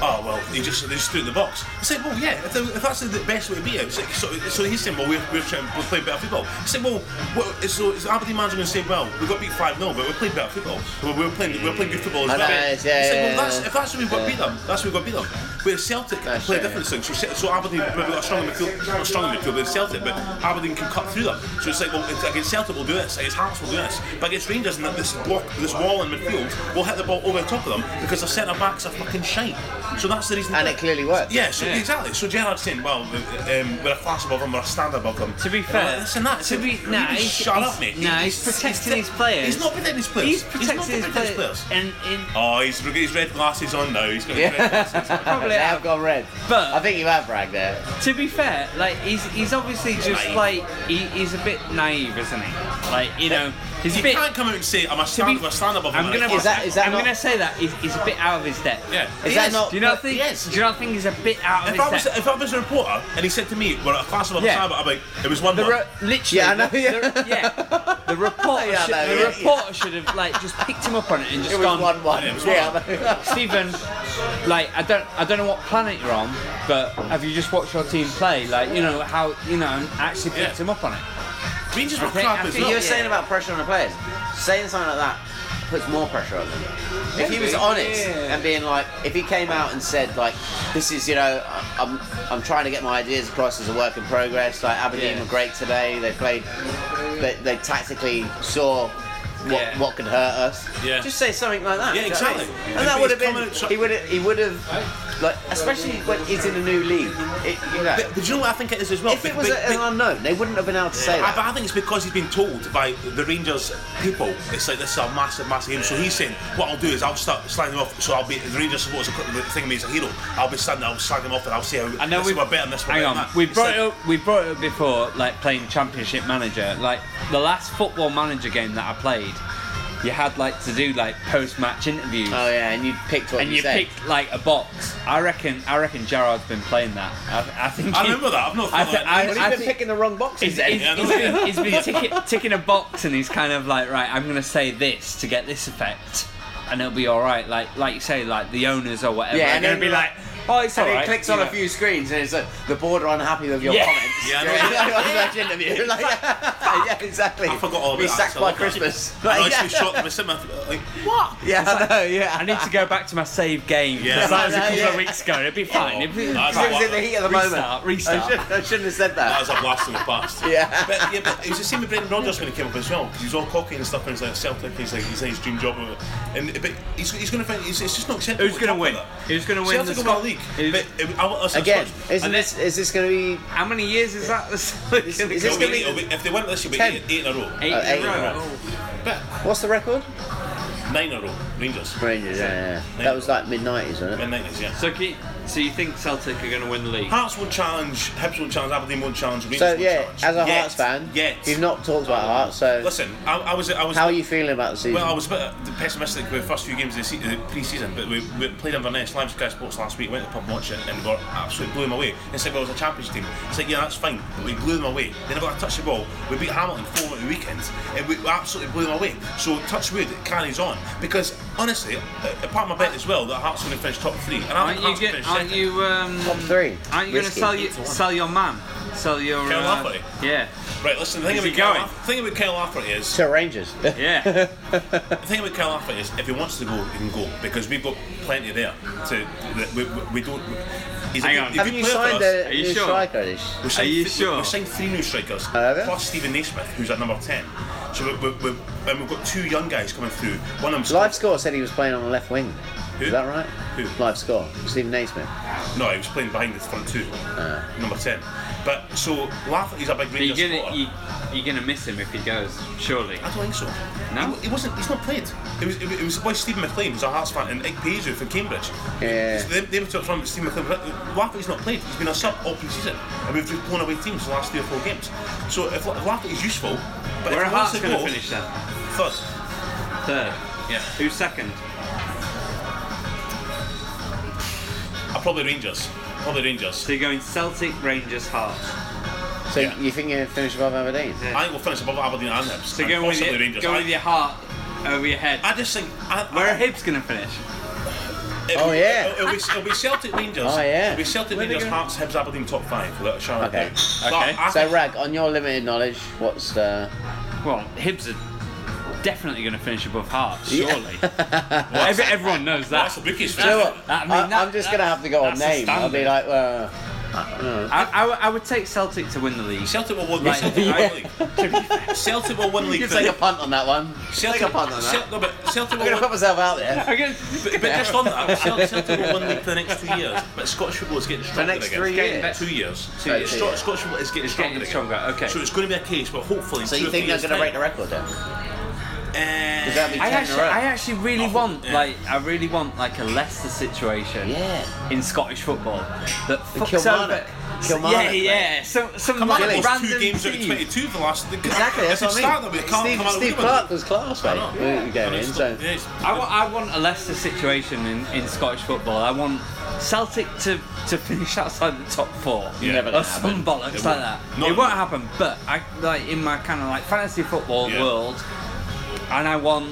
oh, well, he just, they just threw it in the box? I said, well, yeah, if, they, if that's the best way to beat it. it's like- So, so he's saying, well, we're, we're trying to play better football. I said, well, what, so is Aberdeen manager going to say, well, we got beat 5 0, but we played better football. We're, we're, playing, we're playing good football as
I
well.
know, it's- yeah,
I said,
yeah,
well, that's,
yeah.
if that's the way we've got to beat them, that's the way we've got to beat them. Whereas Celtic
That's
play
right,
a different thing. So, Ce- so Aberdeen maybe got a stronger midfield, not stronger midfield than Celtic, but Aberdeen can cut through them. So it's like, well, it's- against Celtic we'll do this, against Hearts we'll do this, but against Rangers and this block, this wall in midfield, we'll hit the ball over the top of them because their centre backs are fucking shite. So that's the reason.
And it clearly worked.
Yeah, so
Yeah.
exactly. So Gerard's saying, well, um, we're a class above them, we're a stand above them.
To be
And
fair-
this and that.
to be-
Will
nah,
you just
he's-
shut
he's-
up, mate.
nah, he's protecting his players.
He's not protecting his players.
He's
not
protecting his
protecting
players. And in
Oh, he's he's red glasses on now. He's got his
Yeah.
red glasses on.
probably
They have gone red.
But-
I think you have bragged there.
To be fair, like he's he's obviously just
Naive.
like he, he's a bit naive, isn't he? Like you know, he's a
You
bit.
can't come out and say I'm a
To
stand,
be,
I'm a stand above.
I'm
him.
gonna.
Is that- is that
I'm
not-
gonna say that he's, he's a bit out of his depth.
Yeah.
Is
He
that not-
Do you not
but
think?
yes.
Do you not think he's a bit out of
If I
his
was
depth?
if I was a reporter and he said to me we're a class above,
Yeah.
yeah. I'm like it was one.
The
one.
re- literally,
Yeah, I know,
the-
yeah.
The, yeah. The reporter,
Yeah, I
should,
know,
the
yeah,
reporter should have like just picked him up on it and just
It was
gone,
one one.
Yeah, it was
Yeah.
Stephen, like I don't, I don't know what planet you're on, but have you just watched your team play? Like you know how you know and actually picked
Yeah.
him up on it.
Rangers were
Okay,
crap
I
as
think
You're
well.
Yeah.
saying about pressure on the players. Saying something like that puts more pressure on them. If he was
Maybe,
honest
yeah.
and being like, if he came out and said like, this is you know, I- I'm I'm trying to get my ideas across as a work in progress. Like Aberdeen
Yeah.
were great today. They played. They, they tactically saw. What,
Yeah.
what could hurt us?
Yeah.
Just say something like that.
Yeah,
do you know what I mean?
exactly.
And
If
that
he's
would have
come
been.
out- so-
he would. He would have. Like, especially when he's in a new league. It, you know,
But, but you know what I think it is as well.
if it
Be-
was
be-
an
be-
unknown, they wouldn't have been able to say
I,
that.
but I think it's because he's been told by the Rangers people. It's like this is a massive, massive game. So he's saying, what I'll do is I'll start slagging off. So I'll be the Rangers supporters are thinking me as a hero. I'll be standing, I'll slag him off, and I'll say,
I know
this
we've
we're better than this. we're
Hang
better
on,
than that.
we
It's
brought
like-
it up. We brought it up before, like playing Championship Manager. Like the last football manager game that I played, you had like to do like post-match interviews,
Oh yeah, and you picked what
and
you,
you
said.
picked like a box. I reckon. I reckon Gerard's been playing that. I, I think.
I
he-
remember that. I've not
I,
thought
thi-
that.
I,
Well, he's
I
been
think
picking the wrong boxes.
he's,
then.
he's-
Yeah, I
he's
know.
been, he's been ticking, ticking a box, and he's kind of like, right, I'm gonna say this to get this effect, and it'll be all right. Like, like you say, like the owners or whatever.
Yeah,
are
and
gonna
then
be
you're
like, oh, it's all
and
right.
he clicks
you
on a
know.
few screens and it's like the board are unhappy with your
Yeah.
comments.
Yeah, I know.
During the post-match interview. Like, yeah, exactly.
I forgot all about
Be
that,
sacked
so
by
I love that.
Christmas.
I know,
Like,
it's
yeah.
been shot. I'm sitting there, like, what?
yeah, I know. Yeah,
I need to go back to my save game.
Yeah.
Yeah, that was a couple
Yeah.
of weeks ago. It'd be fine. It'd be
That's
fine.
It was in the heat of the
Restart,
moment.
restart.
I, should, I shouldn't have said
That
that.
was a blast from the past.
Yeah.
But, yeah, but it was the same with Brendan Rodgers when he came up as well, because he was all cocky and stuff, and he's like Celtic, he's like, he's like his dream job. And but he's, he's going to find it's, it's just not acceptable.
Who's gonna win? Who's gonna win
Celtic
the
will win
Scot-
the league.
Who's-
But it, I, I, I,
Again,
I,
isn't this is this going to be
How many years is that?
Is-
Is,
is
it'll
this gonna
be,
be-
it'll be, if they win this, it'll be
Ten.
eight, eight in a row.
eight,
Oh, eight
in a row?
But
what's the record?
nine in a row, Rangers.
Rangers. Yeah, yeah.
Yeah.
That was like mid nineties, wasn't it?
Mid 90s, yeah.
So, can you, so you think Celtic are going to win the league?
Hearts won't challenge, Hibs won't challenge, Aberdeen won't challenge, Rangers
So
won't
yeah,
challenge.
as a
Yet.
Hearts fan,
Yet.
you've not talked about Hearts, so
Listen, I, I was. I was
how are you feeling about the season?
Well, I was a bit uh, pessimistic with the first few games of the, se- the pre-season, but we, we played Inverness live Sky Sports last week. Went to the pub and watched it, and we got absolutely blew them away. They said, "Well, it was a championship team." I said, "Yeah, that's fine." But we blew them away. They never got a touch of the ball. We beat Hamilton four at the weekend, and we absolutely blew them away. So touch wood, it carries on because honestly, a- apart from my bet as well, that Hearts going to finish top three, and I
Aren't
think
you,
Hearts will
get,
finish
aren't
second.
you, um,
Top three.
aren't you going to
Risky.
sell, you, sell your man? Sell your.
Kyle
uh,
Lafferty?
yeah.
Right, listen. The thing
Is
about
he
Kyle,
going?
Laff- the thing about Kyle Lafferty is
to Rangers.
Yeah.
The thing about Kyle Lafferty is, if he wants to go, he can go because we've got plenty there. To that we, we, we don't. He's
Hang
a,
on.
Have
good- he's a good
you
player for
signed
us.
a
Are you
new
sure?
striker? This?
We signed
Are you
th-
sure?
We signed three new strikers,
Ah, have you?
plus Stephen Naismith, who's at number ten. So we, we, we, and we've got two young guys coming through. One of them's
Live Score said he was playing on the left wing.
Who?
Is that right?
Who?
Live Score. Stephen Naismith.
No, he was
Ah.
playing behind the front two, number ten. But so Lafferty's a big
But you're
Rangers
gonna,
supporter.
you, You're gonna miss him if he goes, surely.
I don't think so.
No?
He, he wasn't. He's not played. It was. It, was- it was the boy Steve McLean, who's a Hearts fan, and Ike Paisley from Cambridge.
Yeah.
So they, they were talking about Steve McLean. Lafferty's not played. He's been a sub all pre-season, and we've just blown away teams the last three or four games. So if La- Lafferty's useful, but
Where are
if he wants
Hearts
to
gonna
go-
finish then?
Third.
Third.
Yeah.
Who's second?
Uh, probably Rangers. Probably Rangers.
So you're going Celtic, Rangers, Hearts.
So
Yeah.
you think you're going to finish above Aberdeen?
Yeah.
I think we'll finish above Aberdeen and Hibs.
So
and
going with,
possibly
your,
Rangers.
going
I,
with your heart over your head.
I just think. I,
Where are
I,
Hibs gonna finish?
it'll-
Oh, yeah.
It'll, it'll be, it'll be Celtic Rangers.
Oh, yeah.
It'll be Celtic
Where they
Rangers,
going?
Hearts, Hibs, Aberdeen top five. Without a shower.
Okay.
Okay.
So, Rag, on your limited knowledge, what's uh, the.
Well, Hibs are definitely gonna finish above Hearts,
Yeah.
surely. Every, everyone knows that.
That's the bookies.
You know
finish.
what?
I mean,
I
that-
am just
that-
going to have to go on
that's the
name. I'll be like, uh,
I, I would- I would take Celtic to win the league.
Celtic will win.
Right.
Celtic will win league. Celtic will win league.
you can
finish.
take a punt on that one.
Celtic,
take a punt on that.
Cel- no, but Celtic
I'm
will
going to put
win.
myself out there.
I'm gonna-
But, but just on that, Cel- Celtic will win league for the next two years. But Scottish football is getting stronger.
next
again.
three
Getting
years.
Two years.
Two
Uh,
years.
Scot- Scottish football is getting stronger.
getting
again.
stronger, okay.
So it's going to be a case, but hopefully.
So
two
you
or
think
three
they're
years
going to break the
time-
record then?
Eh,
Is that be
I
10 in a
actually,
row?
I actually really
Oh,
want,
yeah.
like, I really want, like, a Leicester situation
Yeah.
in Scottish football that fucks
Kilmarnock.
over.
Kilmarnock,
yeah,
mate.
yeah. Some, some
Come
like,
on,
Killy.
those two
random
games out of
team.
22 the last. they can't-
Exactly, that's
if
what
you
I
start them,
mean.
they can't
Steve,
come out of
Steve
the woodwork.
Clark was class, mate.
know.
Yeah. Going
And
in,
it's-
so.
yeah, it's-
I want, I want a Leicester situation in, in Scottish football. I want Celtic to, to finish outside the top four.
Yeah. Never
or
gonna
some
happen.
bollocks like
It won't.
that.
Not-
it won't happen. But I like in my kind of like fantasy football
Yeah.
world, and I want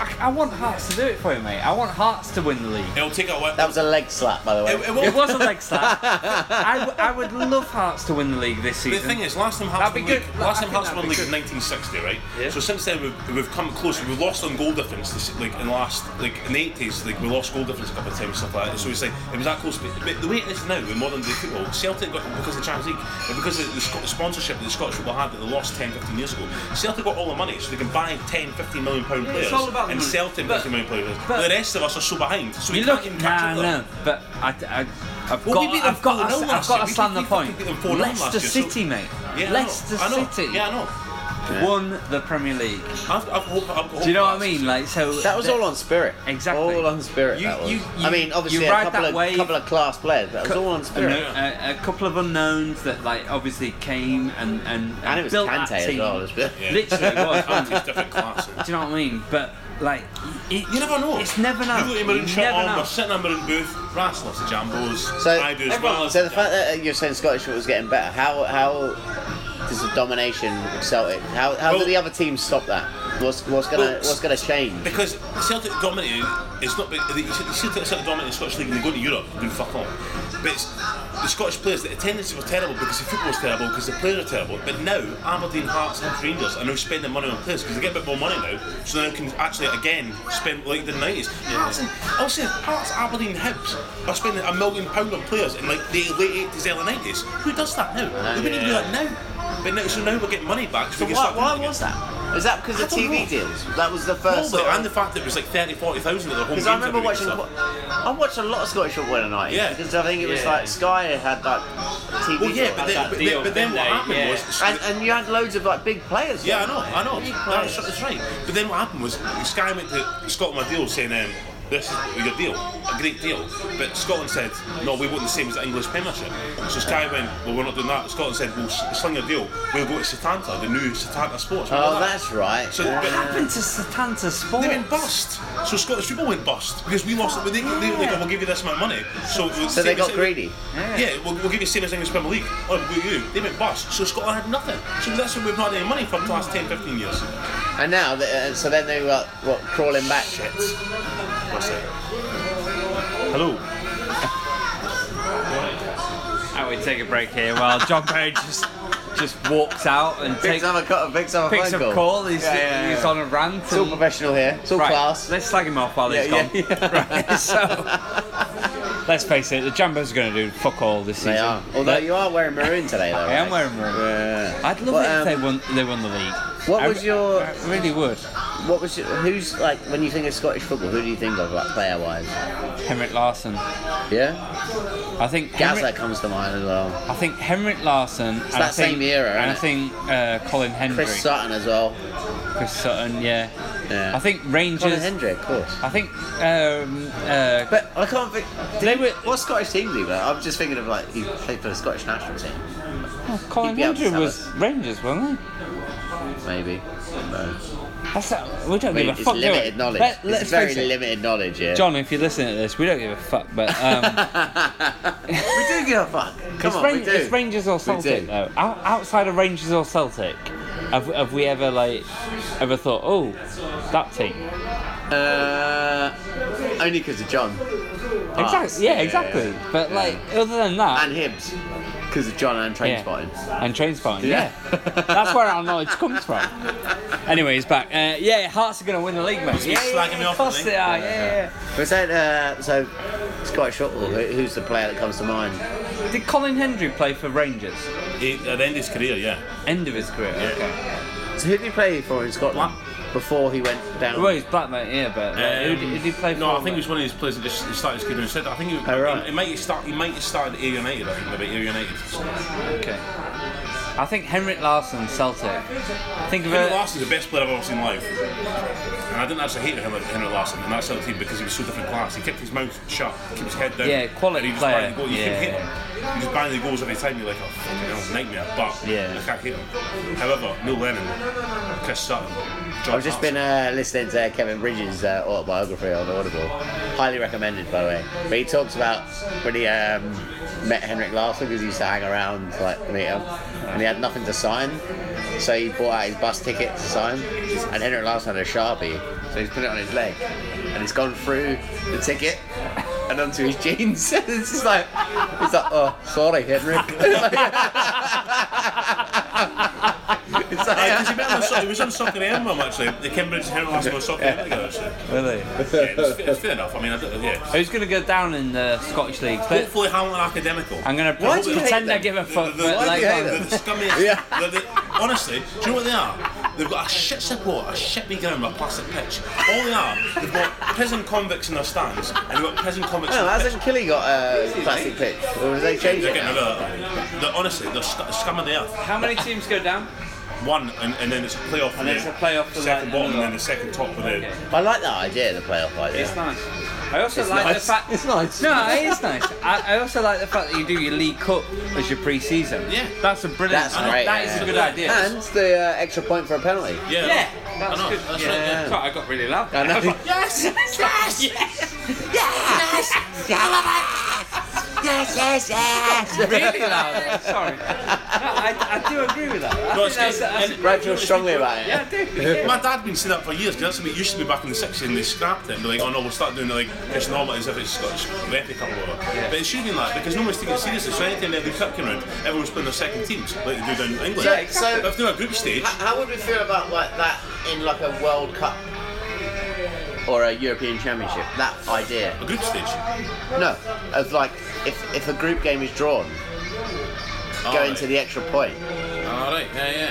I, I want Hearts to do it for you, mate. I want Hearts to win the league.
It'll take a while.
That was a leg slap, by the way.
It- it won't-
It was a leg slap. I, w- I would love Hearts to win the league this
The
season.
thing is, last time Hearts
That'd be
won
good.
league, last
I
time
think
Hearts
that'd
won
be
league
good.
in 1960, right?
Yeah.
So since then we've, we've come close. We've lost on goal difference this, like in the last like in the 80s. Like we lost goal difference a couple of times stuff like that. So it's like it was that close. But, but the way it is now in modern day football, Celtic got because of the Champions League and because of the Sc- sponsorship that the Scottish football had that they lost 10, 15 years ago. Celtic got all the money, so they can buy 10, 15 million pound
Yeah,
players
it's all about the
and
money.
sell 10,
But-
15 million players.
but-
the rest of us are so behind. So we
you
can't
look,
even catch
nah,
up with
no,
them.
but I, I, I've
Well, we
got,
beat them
I've got,
4-0
to, I've
last
got
year.
to
We
slam the
beat- we fucking
point.
beat them 4-0 last
Leicester
year, so-
City, mate.
Yeah, I know.
Leicester
I know.
City
Yeah, Oh, I know.
won the Premier League.
I've, I've, hope- I've got
Do you know
hope
what I
for us.
mean? Like, so
That was
the-
all on spirit.
Exactly.
All on spirit.
You-
that was.
you-
I
you-
mean, obviously
you
a
ride
couple
that
of
wave.
couple of class players, but it was all on
A,
spirit.
a, a couple of unknowns that like obviously came and and, and,
And it was
built
Kante
that
as
team.
well. It was bit-
Yeah.
Literally it was.
It's
wasn't it?
different class.
Do you know what I mean? But like, it,
You never know.
It's never
You
known.
look at him in
You
shot
never
on,
know.
we're sitting in a booth, Rass loves the jambos,
So,
I do as
everyone-
well.
So the fact that uh, you're saying Scottish football was getting better, how how does the domination of Celtic? How how
Well-
do the other teams stop that? What's what's gonna
Well,
what's gonna change?
because Celtic dominated, it's not. big- You see, you see Celtic dominated the Scottish League and they go to Europe and do fuck all. But it's, the Scottish players, the attendance were terrible because the football was terrible because the players are terrible. But now Aberdeen, Hearts, and Rangers are now spending money on players because they get a bit more money now, so they now can actually again spend like the nineties. Hearts, and- I'll say Hearts, Aberdeen, Hibs are spending a million pound on players in like the late eighties, early nineties. Who does that now? they wouldn't do
yeah.
that now. But now, so now we're getting money back. So, we can
Why,
start doing it
why
again.
was that? Is that because
I
of
don't
TV
know.
deals? That was the first.
Probably,
sort of-
and the fact that it was like 30, 40,000 at the home games
Because I remember
every week
watching,
and stuff.
I watched a lot of Scottish football in the 90s.
Yeah.
Because I think it was
Yeah.
like Sky had like TV.
Well, yeah,
deals.
but then,
that
but,
deal,
then, but then
didn't
what
they?
happened
Yeah.
was.
and, and you had loads of like big players.
yeah, I
though.
know, I know.
Big
That's,
players.
that's right. But then what happened was Sky went to Scotland with a deal saying, um, this is your deal, a great deal. But Scotland said, no, we want the same as the English Premiership. So Sky went, well, we're not doing that. Scotland said, we'll s- sling a deal. We'll go to Satanta, the new Satanta Sports. Remember
Oh,
that?
that's right.
So,
What
but,
happened to Satanta Sports?
they went bust. So Scottish people went bust because we lost. They, they, they, were like, oh, we'll give you this amount of money. So, uh,
So they got greedy.
Yeah.
Yeah, we'll, we'll give you the same as English Premier League. Oh, we'll give you. They went bust. So Scotland had nothing. So that's why we've not had any money for the last 10, 15 years.
And now, th- uh, so then they were what crawling back.
Shit. What's that? Hello.
And we take a break here while John Perry just just walks out and
Picks
takes
up a cut. Picks up a
picks
phone
up call. He's,
Yeah, yeah,
he's
yeah.
on a rant.
It's all
and-
professional here. It's all
Right,
class.
Let's slag him off while he's
Yeah,
gone.
yeah,
Right, so let's face it, the Jambos are going to do fuck all this season.
They are. Although
But
you are wearing maroon today, though.
I am wearing maroon.
Yeah.
I'd love
But,
it if
um,
they won. They won the league.
What
I-
was your
I really would.
what was your, who's like when you think of Scottish football? Who do you think of like player wise?
Henrik Larsson.
Yeah,
I think
Gazza
Henrik,
comes to mind as well.
I think Henrik Larsson. and I
that
think,
same era,
And I
innit?
think uh, Colin Hendry.
Chris Sutton as well.
Chris Sutton, yeah.
Yeah.
I think
Colin
Rangers.
Hendry, of course.
I think um, uh,
But I can't think.
They were-
What Scottish team do you play? I'm just thinking of like you played for the Scottish national team,
oh, Colin
be able to
Hendry
sell
was Rangers, wasn't he?
maybe. No.
That's a, we don't
Wait,
give a
it's
fuck. do we?
limited knowledge.
Let, us
it's very
face it.
limited knowledge, yeah.
John, if you're listening to this, we don't give a fuck. But um,
we do give a fuck. Come
it's,
on,
Ran-
we do.
it's Rangers or
do.
Celtic though. Out- outside of Rangers or Celtic, have, have we ever like ever thought, oh, that team?
Uh, only because of John. Parks.
Exactly. Yeah, exactly. But
Yeah.
like other than that,
And Hibbs, because of John and Train Spotting.
And train spotting,
Yeah.
yeah. That's where our knowledge comes from. Anyways, back. Uh, yeah, Hearts are going to win the league, mate.
be
Yeah, yeah,
slagging
yeah,
me off,
of course
I
they are. Yeah,
But is that, uh, so Scottish football. Who, who's the player that comes to mind?
yeah. Did Colin Hendry play for Rangers?
He, at the end of his career, yeah.
End of his career. Okay.
So who did he play for in Scotland before he went down?
Well, he's black, mate. Yeah, but like, Uh, who, did, who did he play for?
Um, No, I think it was one of his players that just started his career and said that. I think it, was,
Oh, right.
it, it might have start, he might have started at Air United, I think, maybe Air United.
Okay. I think Henrik Larsson, Celtic. Think of
Henry
it.
Larson's the best player I've ever seen live. And I didn't actually hate Henry, Henry Larson in that sort of team because he was so different class. He kept his mouth shut, kept his head down.
Yeah, quality
and he
player.
Just banged the goal. You
Yeah.
can hit him. He just banged the goals every time. You're like, oh, fucking hell, nightmare. But
Yeah.
I can't hit him. However, Neil Lennon, Chris Sutton, John
I've just been uh, listening to Kevin Bridges' uh, autobiography on Audible. Highly recommended, by the way. But he talks about when he um, met Henrik Larsson because he used to hang around like to meet him, and he had nothing to sign, so he bought out his bus ticket to sign, and Henrik Larsson had a sharpie, so he's put it on his leg, and it's gone through the ticket. And onto his jeans. it's just like, it's like, oh, sorry, Henrik. it's like,
Because he met him on, so- he was on Soccer AM one actually. The Cambridge and Henry Larson were Soccer AM together actually.
Really?
Yeah, it's, it's fair enough. I mean, I don't, yeah.
Who's going to go down in the Scottish League? But
Hopefully, Hamilton Academical.
I'm going to
Why do you hate
pretend I
them?
give a
They're-
fuck.
they're-
But like, um,
you hate
they're
them?
the scummiest.
Yeah.
They're the- honestly, do you know what they are? They've got a shit support, a shit big ground, with a plastic pitch. All they are, they've got prison convicts in their stands, and they've got prison convicts. in
No,
their
hasn't Killy got a plastic pitch? Or did they change
They're
it?
getting rid
now?
of that. They're, honestly, they're sc- scum of the earth.
how many teams go down?
One, and, and then it's a playoff. for
And
the
it's a playoff for
second
that,
bottom, and
another.
then the second top for the.
Okay.
I like that idea, the playoff idea.
It's nice. I also like
nice.
the fact.
It's nice.
No, it is nice. I, I also like the fact that you do your League Cup as your pre-season.
Yeah.
that's a brilliant.
That's great,
That is
yeah.
a good idea.
And the uh, extra point for a penalty.
Yeah,
yeah,
I
that's
know.
good.
That's
yeah.
right, yeah.
Sorry, I got really loud.
I know.
was like, yes, yes, yes, yes, yes, yes, yes, yes, yes. Really loud. Sorry. No, I, I do agree with that. I
No,
think that's,
it's good.
that's,
And-
Brad feels strongly about it.
yeah, I do. Yeah.
My dad's been saying that for years because that's something that used to be back in the 60s and they scrapped it and be like, oh no, we'll start doing it like it's normal as if it's Scottish Epic Cup or whatever. But it should be like because no one's taking it seriously. So anytime every cup came around, everyone's playing their second teams like they do down in England.
So- so-
but if they're a group stage,
How would we feel about like that in like a World Cup or a European Championship? That idea.
a group stage.
No, of like if if a group game is drawn, going to the extra point.
All right, yeah,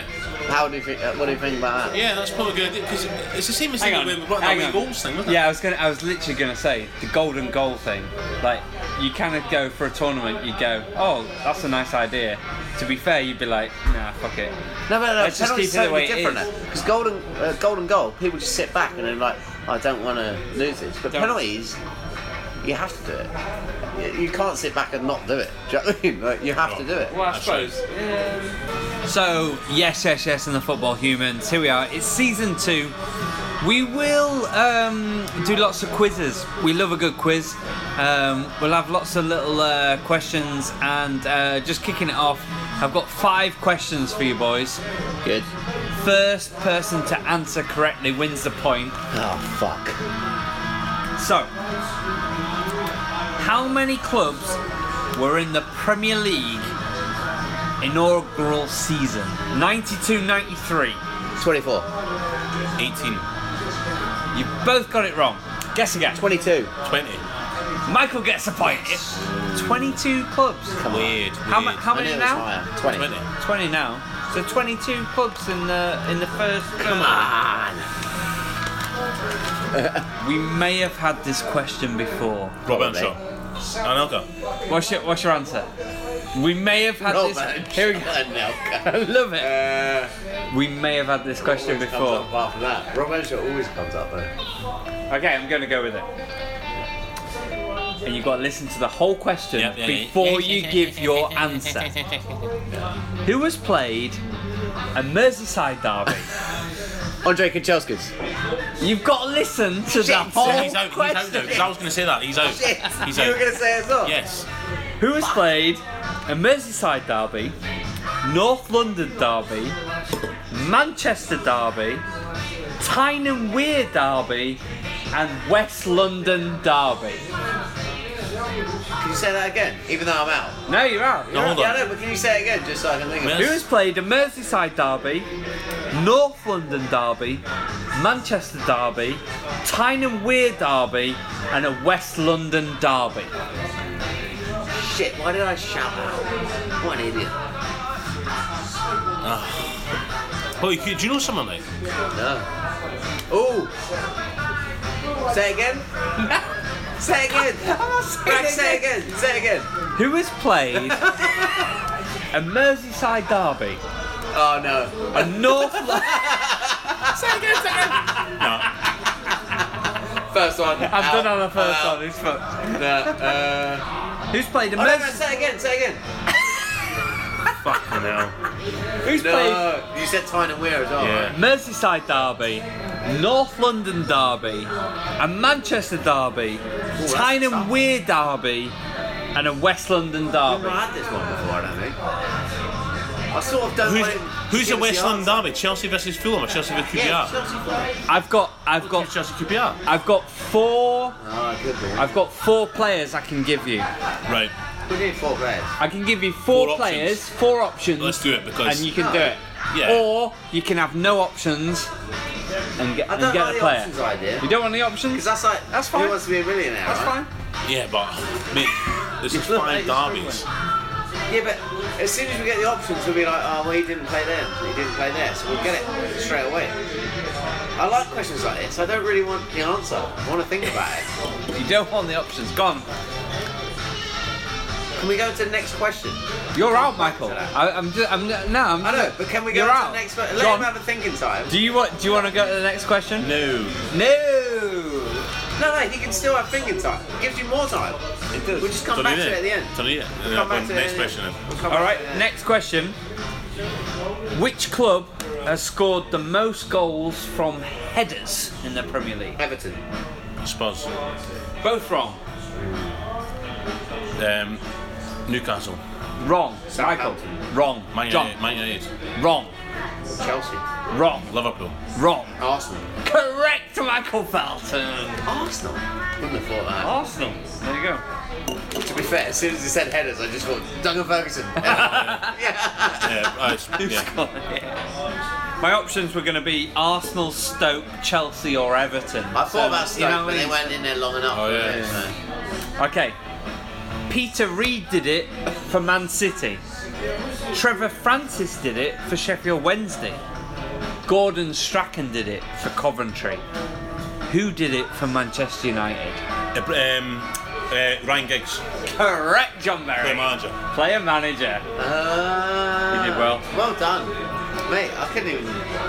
How do you think? Uh, what do you think about
yeah,
that?
yeah. That's probably good because it's the same as
Hang
the
on,
way we brought that
hang
wee
on.
goals thing, wasn't it?
Yeah, I was gonna. I was literally gonna say the golden goal thing. Like, you kind of go for a tournament. You go, oh, that's a nice idea. To be fair, you'd be like, nah, fuck it.
No, no, no.
Let's just
penalty's
keep it the
totally
way it
different
is.
Because golden, uh, golden goal, people just sit back and they're like, I don't want to lose this. But
Don't-
penalties, you have to do it. You, you can't sit back and not do it. Do you know what I mean? Like, you have to do it.
Well, I suppose. So yes, yes, yes, and the football humans. Here we are. It's season two. We will um, do lots of quizzes. We love a good quiz. Um, we'll have lots of little uh, questions, and uh, just kicking it off. I've got five questions for you boys.
Good.
First person to answer correctly wins the point.
Oh fuck.
So, how many clubs were in the Premier League inaugural season? 92 93.
Twenty-four.
18,
You both got it wrong. Guess again.
Twenty-two.
20.
Michael gets a point. It's 22 clubs.
Come on.
Weird.
How, ma-
weird.
how
I knew
many
it was
now?
higher. Twenty.
20.
20 now. So 22 clubs in the in the first.
Come on.
We may have had this question before.
Rob Earnshaw. Anelka.
What's your What's your answer? We may have had
Rob
this.
Earnshaw.
Here we go. I
Anelka.
love it.
Uh,
We may have had this question
Always comes up
before.
apart from that. Rob Earnshaw always comes up there.
Okay, I'm going to go with it. And you've got to listen to the whole question
Yep, yeah, yeah.
before you give your answer. Who has played a Merseyside derby?
Andre Kaczowskis.
You've got to listen to the whole
He's out, he's out though,
question.
'cause I was going to say that. He's out. He's
You were
out.
going to say it as well.
Yes.
Who has played a Merseyside derby, North London derby, Manchester derby, Tyne and Wear derby, and West London derby?
Can you say that again? Even though I'm out.
No, you're out.
No, hold
yeah,
on.
I know, but can you say it again just so I can think of it?
Yes.
Who has played a Merseyside derby, North London derby, Manchester derby, Tyne and Wear derby, and a West London derby?
Shit, why did I shout out? What an idiot.
Oh, you, do you know someone, mate?
No. Oh. Say it again. say it again. Greg, say it again. Say it again.
Who has played a Merseyside derby,
Oh no.
a North London
First one.
I've
out.
done on the first
I'm out.
one. It's fucked.
No, uh,
Who's played a
oh, no, no,
Merseyside?
say it again. Say it again.
Fucking hell.
Who's played
No. You said Tyne and Weir as well,
Yeah.
right?
Merseyside derby, North London derby, a Manchester derby, Tyne and Wear derby, and a West London
I've never
derby?
had this one before, I don't think. I sort of don't
Who's,
want him to
who's the
give us
West London
answer.
derby? Chelsea versus Fulham or Chelsea versus
Yeah,
QPR?
Chelsea play.
I've got, I've got,
Chelsea QPR.
I've got four.
Oh, good one.
I've got four players I can give you.
Right.
We need four players.
I can give you four,
Four options.
players, four options,
Let's do it because.
and you can do it.
Yeah.
Or you can have no options and get,
I
and
don't
get
like
a
the
player.
options idea.
You don't want the
Because
options?
that's like,
That's fine.
Who wants to be a millionaire?
That's
right?
fine.
yeah, but mate, this is
look
five
like it's
derbies.
Yeah, but as soon as we get the options, we'll be like, oh, well, he didn't play then, he didn't play there, so we'll get it straight away. I like questions like this. I don't really want the answer. I want to think about it.
You don't want the options. Gone.
Can we go to the next question?
You're out, Michael. I, I'm just. I'm no. I'm
I know, but can we go
You're
to
out.
the next question?
Go
Let
on.
him have a thinking time.
Do you want? Do you want to go to the next question?
No.
No.
No, no, he can still have thinking time. It gives you more time. It does. We'll just come
Don't
back
need
to it at the end.
Don't need it.
We'll
Yeah,
come back to
go
it
on,
at the
next
end.
question. then.
We'll come
All
back
right.
to it at the
Next question. Which club has scored the most goals from headers in the Premier League?
end. Everton.
Spurs.
Both wrong.
Um, Newcastle.
Wrong. Michael. Wrong.
Man
John.
United. Man United.
Wrong.
Chelsea.
Wrong.
Liverpool.
Wrong.
Arsenal.
Correct, Michael Felton.
Arsenal? Wouldn't have thought
Arsenal. There you go.
that. To be fair, as soon as he said headers, I just thought, Duncan Ferguson.
Yeah, right, yeah.
My options were going to be Arsenal, Stoke, Chelsea, or Everton.
I thought about Stoke,
you know
but
what I
they
mean?
weren't in there long enough.
Oh, yeah.
were they? So-
Okay. Peter Reid did it for Man City. Trevor Francis did it for Sheffield Wednesday. Gordon Strachan did it for Coventry. Who did it for Manchester United?
Uh, br- Um, uh, Ryan Giggs,
Correct, John
player
Berry.
manager.
Player manager.
Ah.
You did well.
Well done. Mate, I couldn't even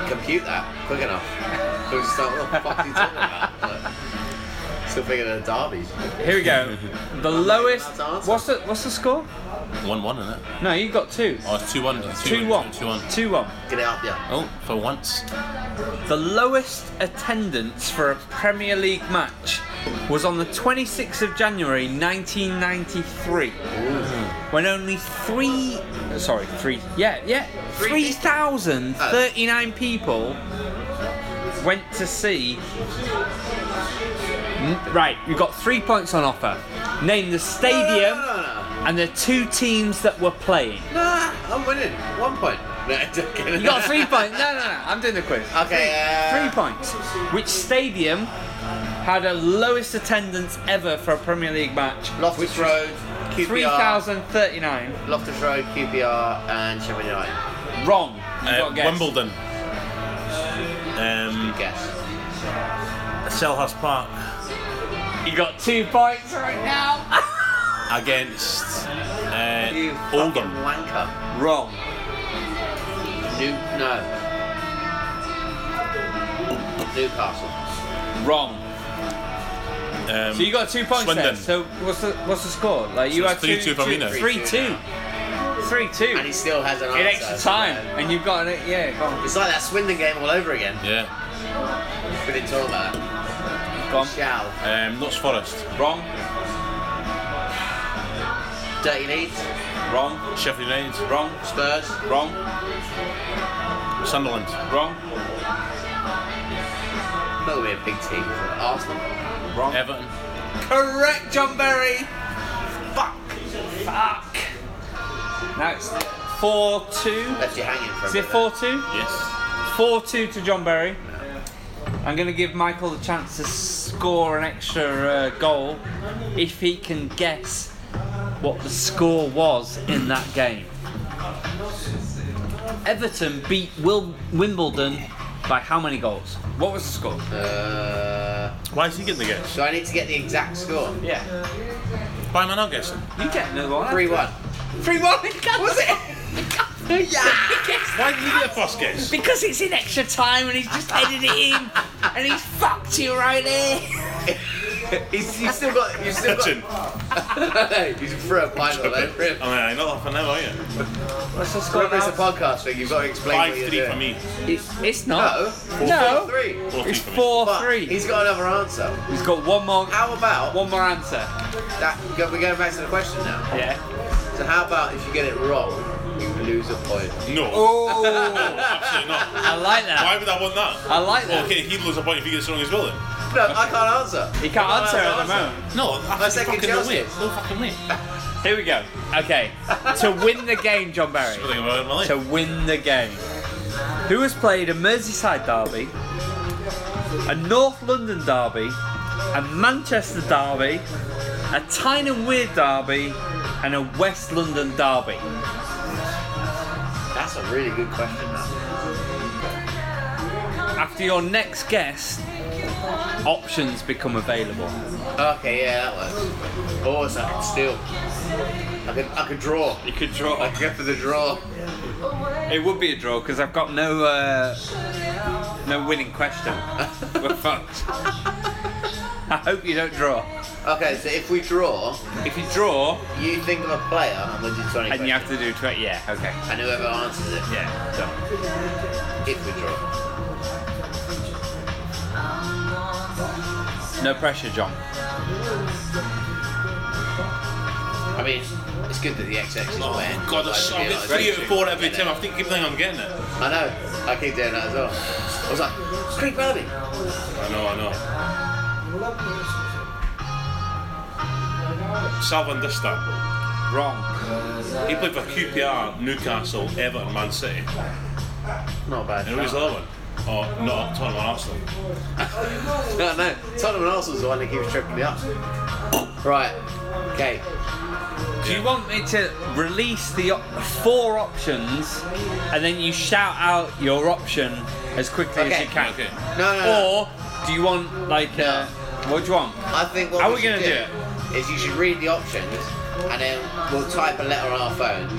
compute that quick enough. I was just like, what the fuck are you talking about? But still bigger than derbies.
Here we go. The lowest.
That's awesome.
What's the what's the score?
One one, isn't it?
No, you got two.
Oh, it's two one.
Two one.
Two one.
Two one.
Get it up, yeah.
Oh, for once.
The lowest attendance for a Premier League match was on the 26th of January 1993, when only three, sorry, three, yeah, yeah,
Three
3,039 people went to see. N- Right, you've got three points on offer. Name the stadium
No, no, no, no.
and the two teams that were playing.
Nah, I'm winning. One point. No, I'm just kidding.
You got three points. No, no, no. I'm doing the quiz.
Okay,
Three
uh,
points. Which stadium had a lowest attendance ever for a Premier League match?
Loftus Road, QPR.
3,039.
Loftus Road, QPR, and Sheffield United.
Wrong. You got
Uh,
to guess.
Wimbledon. Um,
Guess.
Selhurst Park
You got two points right now.
against uh,
You fucking
Oldham.
wanker.
Wrong.
New, no. Newcastle.
Wrong.
Um,
So you got two points
Swindon.
there. So what's the what's the score? Like you
So
had
it's 3-2
two,
for me now.
three two, three two.
And he still has an answer.
In extra
so
time,
yeah.
and you've got an yeah. Go on.
It's like that Swindon game all over again.
yeah.
We didn't talk about that.
Go on.
Shall.
Um, Notts Forest.
Wrong.
Dirty Leeds.
Wrong.
Sheffield United.
Wrong.
Spurs.
Wrong.
Sunderland.
Wrong.
That would be a big team. Arsenal.
Wrong.
Everton.
Correct, John Berry. Fuck. Fuck. Now it's four two.
Left you hanging for a
Is it
bit.
four two?
Yes.
Four two to John Berry. I'm going to give Michael the chance to score an extra uh, goal if he can guess what the score was in that game. Everton beat Wil- Wimbledon by how many goals? What was the score?
Uh,
Why is he getting the guess?
so I need to get the exact score.
Yeah,
Why am I not guessing?
you get another one.
3 1.
Three one. Was it? yeah.
Why did you get the first guess?
Because it's in extra time and he's just headed it in and he's fucked you right there.
He's, you've still got. You've still
Everton.
got. you threw a pint all over him.
I mean, I'm not laughing now, are you?
What's the score
Remember, it's a
now?
podcast thing. You've got to explain
Five
what you're
three
doing.
for me.
It's, it's
No.
not.
Four,
No.
Four, three.
Four
It's
three for me.
four
But
three.
He's got another answer.
he's got one more.
How about
One more answer.
that? go- We're going back to the question now.
Yeah.
So how about if you get it wrong, you lose a point?
No.
Oh,
Absolutely not.
I like that.
Why would I want that?
I like that.
Okay, he'd lose a point if he gets it wrong as well then.
No, I can't answer.
He can't answer at the
Answer.
moment.
No,
Let's take
fucking
a
no
Chelsea.
way. No fucking way.
Here we go. Okay. to win the game, John Barry.
Everything about it in my life.
To win the game. Who has played a Merseyside derby, a North London derby, a Manchester derby, a Tyne and Weir derby, and a West London derby?
That's a really good question. That.
After your next guess, options become available.
Okay, yeah, that works. Oh, so I could steal. I could, I could draw.
You could draw.
I could go for the draw.
It would be a draw because I've got no uh, no winning question. We're fucked. I hope you don't draw.
Okay, so if we draw,
If you draw
you think of a player and we do 20
and you have to do tw- yeah, okay,
questions. and whoever answers it,
yeah, done.
if we draw.
No pressure, John.
I mean, it's good that the XX is
Oh
aware.
god,
Like,
that's so
to be
good.
honest,
Three out of
it's
four
true.
every
Yeah,
time. I think keep thinking I'm getting it.
I know. I keep doing that as well. I was like, Craig Bellamy.
I know, I know. Salvan Dista.
Wrong.
He played for QPR, Newcastle, Everton, Man City.
Not a bad.
And who was the
shout.
other one? Oh, not Tottenham and Arsenal.
No, no. Tottenham and Arsenal's the one that keeps tripping me up. Right. Okay.
Do you want me to release the op- four options and then you shout out your option as quickly as
Okay.
you can?
Okay.
No, no, no.
Or do you want like
No.
uh, what do you want?
I think what
How
we
are we
should
gonna
do,
do
is you should read the options and then we'll type a letter on our phones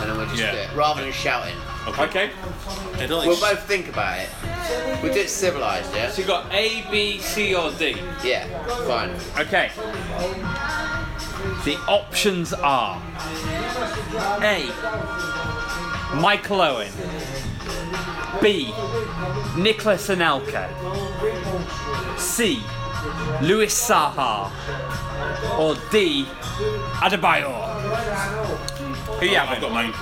and then we'll just
Yeah.
do it rather than shouting.
Okay.
I don't like
We'll both think about it. We'll do it civilised, yeah?
So you got A, B, C, or D.
Yeah, fine.
Okay. The options are A. Michael Owen. B. Nicholas Anelka. C. Luis Saha. Or D. Adebayor. Who you
I've got
haven't?
mine.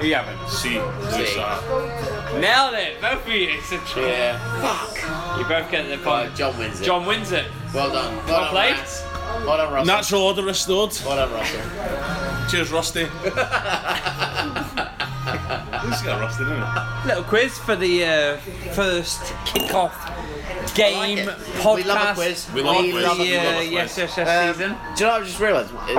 Who you haven't?
C.
C.
Luisa.
Nailed it. Both of you. It's a tr-
Yeah.
You both get the
Right,
point.
John wins it.
John wins it.
Well done. Well, done,
played.
Max. Well done, Russell.
Natural order restored.
Well done, Russell.
Cheers, Rusty. He's got rusted, isn't he?
Little quiz for the uh, first kickoff game
Like it.
podcast.
We love a quiz.
We love a quiz.
love
Yeah,
quiz.
yes, yes, yes,
Um,
season.
Do you know what I just realised? Uh,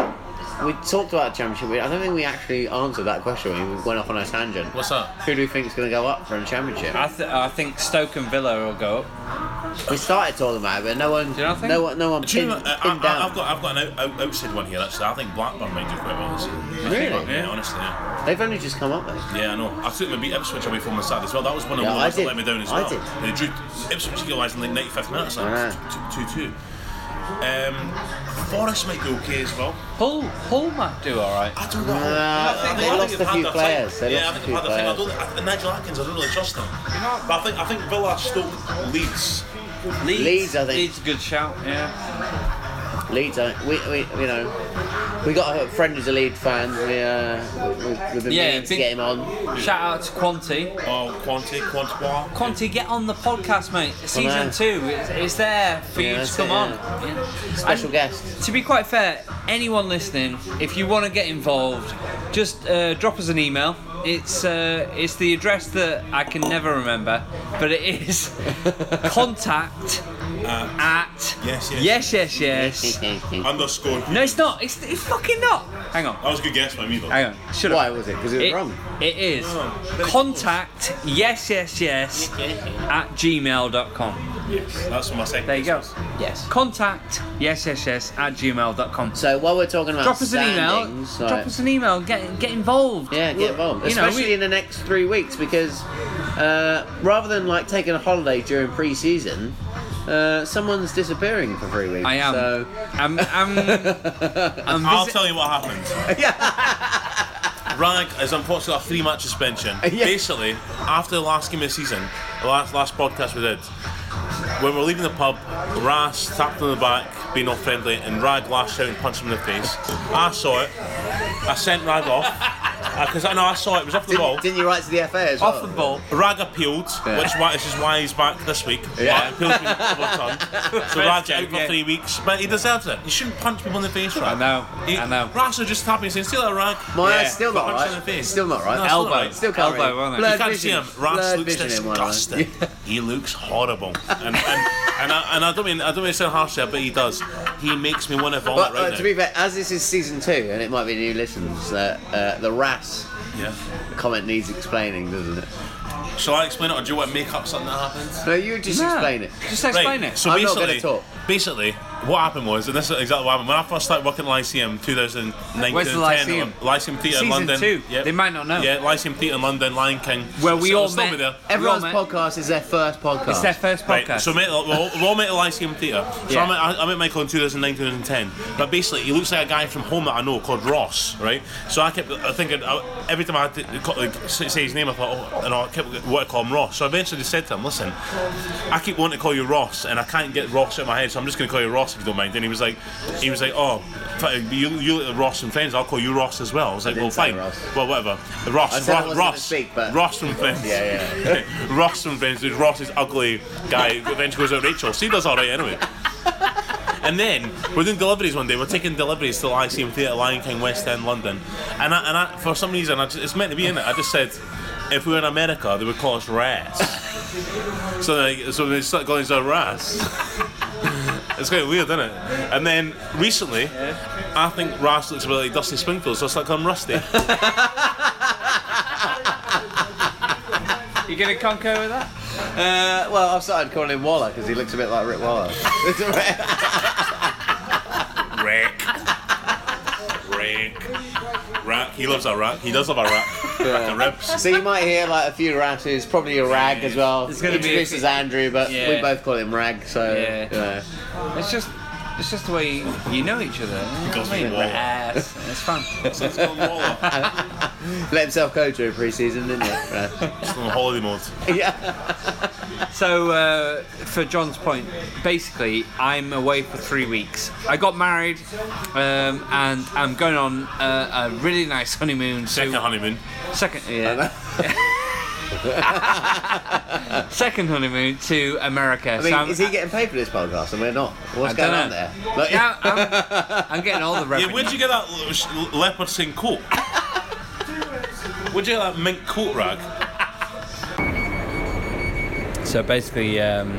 we talked about the championship. We- I don't think we actually answered that question. We went off on a tangent.
What's that?
Who do we think is going to go up for a championship?
I, th- I think Stoke and Villa will go up.
We started talking about it, but no one,
you uh, not think?
no one, no one
Do you
pinned,
know, uh, I,
pinned down.
I, I've got I've got an out, out, outside one here. Actually, I think Blackburn might do quite well this year.
Really?
Yeah, honestly. Yeah,
They've only just come up though.
yeah I know. I took my beat Ipswich away from my side as well. That was one of
Yeah,
the
I
ones that
did.
let me down as
I
well.
did.
They drew Ipswich equalised in like 95th minute, so
Ah.
two two. two. Um, Forest might be okay as well.
Hull, Hull might do alright.
I don't know.
Nah,
I think
they lost
they've
a
had
few
their
players.
Time.
They
yeah,
lost a
I think
few
they've had their time. I
players.
don't, I, think- Nigel Atkins, I don't really trust him. But I think I think Villa, Stoke, Leeds.
Leeds,
Leeds, I think.
Leeds, a good shout. Yeah.
Leeds, uh, we, we, you know, we got a friend who's a Leeds fan. We, uh, we, we've been
Yeah,
meaning to
big-
get him on.
Shout out to Quanti.
Oh, Quante, Quantois.
Quanti, get on the podcast, mate.
Well,
Season
no.
two, it's, it's there for
Yeah,
you to
that's
come
it,
on.
yeah.
Yeah.
Special
And
guest.
To be quite fair, anyone listening, if you want to get involved, just uh, drop us an email. It's uh, it's the address that I can never remember, but it is contact at
Uh, yes, yes.
yes yes yes.
Hmm.
Underscore.
no, it's not. It's, it's fucking not. Hang on,
That was a good guess by me though.
hang on. Shut up.
Why was it? Because it was
It-
wrong.
It is
Oh, very
contact yes yes yes at gmail.com.
That's what my second.
There you go.
guess was.
Yes. Contact yes yes yes at gmail.com.
So while we're talking about
Drop us an email.
standings, like-
Drop us an email. Get get involved.
Yeah, get involved,
You know,
especially
we-
in the next three weeks because uh, rather than like taking a holiday during pre-season, uh, someone's disappearing for three weeks.
I am.
So
I'm. I'm. I'm
I'll
visit-
tell you what happened. Rag is unfortunately a three-match suspension.
Yeah.
Basically, after the last game of the season, the last last podcast we did, when we were leaving the pub, Ras tapped him on the back, being all friendly, and Rag lashed out and punched him in the face. I saw it. I sent Rag off because I know I saw it. It was off the ball.
didn't, didn't you write to the FA as
Oh. off
well?
the ball.
Rag appealed,
Yeah.
which why, this is why he's back this week.
Yeah.
Yeah. But appeal's been overturned. So Rag's out for
yeah.
three weeks. But he deserves it. You shouldn't punch people in the face,
I
Rag.
know,
He,
I know.
Rag's are just tapping and saying, see that Rag?
My
Yeah,
eye's still not
punch
right.
in the face.
Still not right.
No, it's not Elbow. right.
Still can't
Elbow,
read.
wasn't it? You
Blurred
You can't see
vision.
him. Ras
Blurred
looks
vision in one eye.
disgusting. He looks horrible. And, and, and, I, and I don't mean I don't mean to sound harsh there, but he does. He makes me want to vomit
But
right
uh,
now.
to be fair, as this is season two, and it might be new listeners, that uh, the RAS
yeah.
comment needs explaining, doesn't it?
Shall I explain it, or do you want to make up something that happened?
No, you just
No.
explain it.
Just explain
Right,
it.
So
I'm not
basically,
gonna talk.
basically, what happened was, and this is exactly what happened. When I first started working at Lyceum, 2009,
Where's the
2010,
Lyceum?
Lyceum Theatre
Season
in London.
two. They might not know.
Yeah, Lyceum Theatre in London, Lion King.
Where we
So
all
it's still
met.
be there.
Everyone's
Roll, mate.
podcast is their first podcast.
It's their first podcast.
Right, so mate, we're all, we're all met at Lyceum Theatre. So
Yeah.
I, met, I, I met Michael in 2009, 2010. But basically, he looks like a guy from home that I know called Ross, right? So I kept I thinking, I, every time I had to uh, call, like, say say his name, I thought, oh, and I kept what I call him Ross. So I eventually just said to him, listen, I keep wanting to call you Ross, and I can't get Ross out of my head, so I'm just going to call you Ross if you don't mind. And he was like, he was like, oh, fi- you, you little Ross and friends, I'll call you Ross as well. I was like, well,
didn't say
fine,
Ross.
well, whatever. Ross,
I said I wasn't
Ro-
gonna
Ross,
speak, but-
Ross from Friends.
Yeah, yeah.
Ross from Friends, dude. Ross is ugly guy who eventually goes out with Rachel. She does alright anyway. And then we're doing deliveries one day. We're taking deliveries to the ICM Theatre, Lion King, West End, London. And I, and I, for some reason, I just, it's meant to be in it. I just said, if we were in America, they would call us rats. so they, so they start calling us rats. It's quite weird, isn't it? And then recently, I think Ras looks a bit like Dusty Springfield, so I start calling him Rusty.
you gonna conquer with that?
Uh, well, I've started calling him Waller because he looks a bit like Rick Waller. It's a bit-
Rick. Rick. Rack. He loves a rack. He does love a rack. Rack of ribs.
so you might hear like a few ratties, probably a rag as well.
It's gonna be a
Introduces
few-
Andrew, but we
Yeah.
both call him Rag. So uh,
Yeah.
you know.
It's just. It's just the way you know each other.
Because
I mean,
we were.
It's it's fun.
So it's called Waller.
let himself go during pre-season, didn't he? Uh, Right.
It's on holiday mode.
yeah.
So, uh, for John's point, basically, I'm away for three weeks. I got married, um, and I'm going on a, a really nice honeymoon. So
Second honeymoon.
second, yeah. second honeymoon to America.
I
so
mean,
I'm,
is he getting paid for this podcast and we're not? What's
uh, I
going
don't
on
know.
there? Like-
Yeah, I'm, I'm getting all the
Yeah,
revenue.
where'd you get that l- l- leopard skin coat? Where'd you get that mink coat rag?
So basically, um,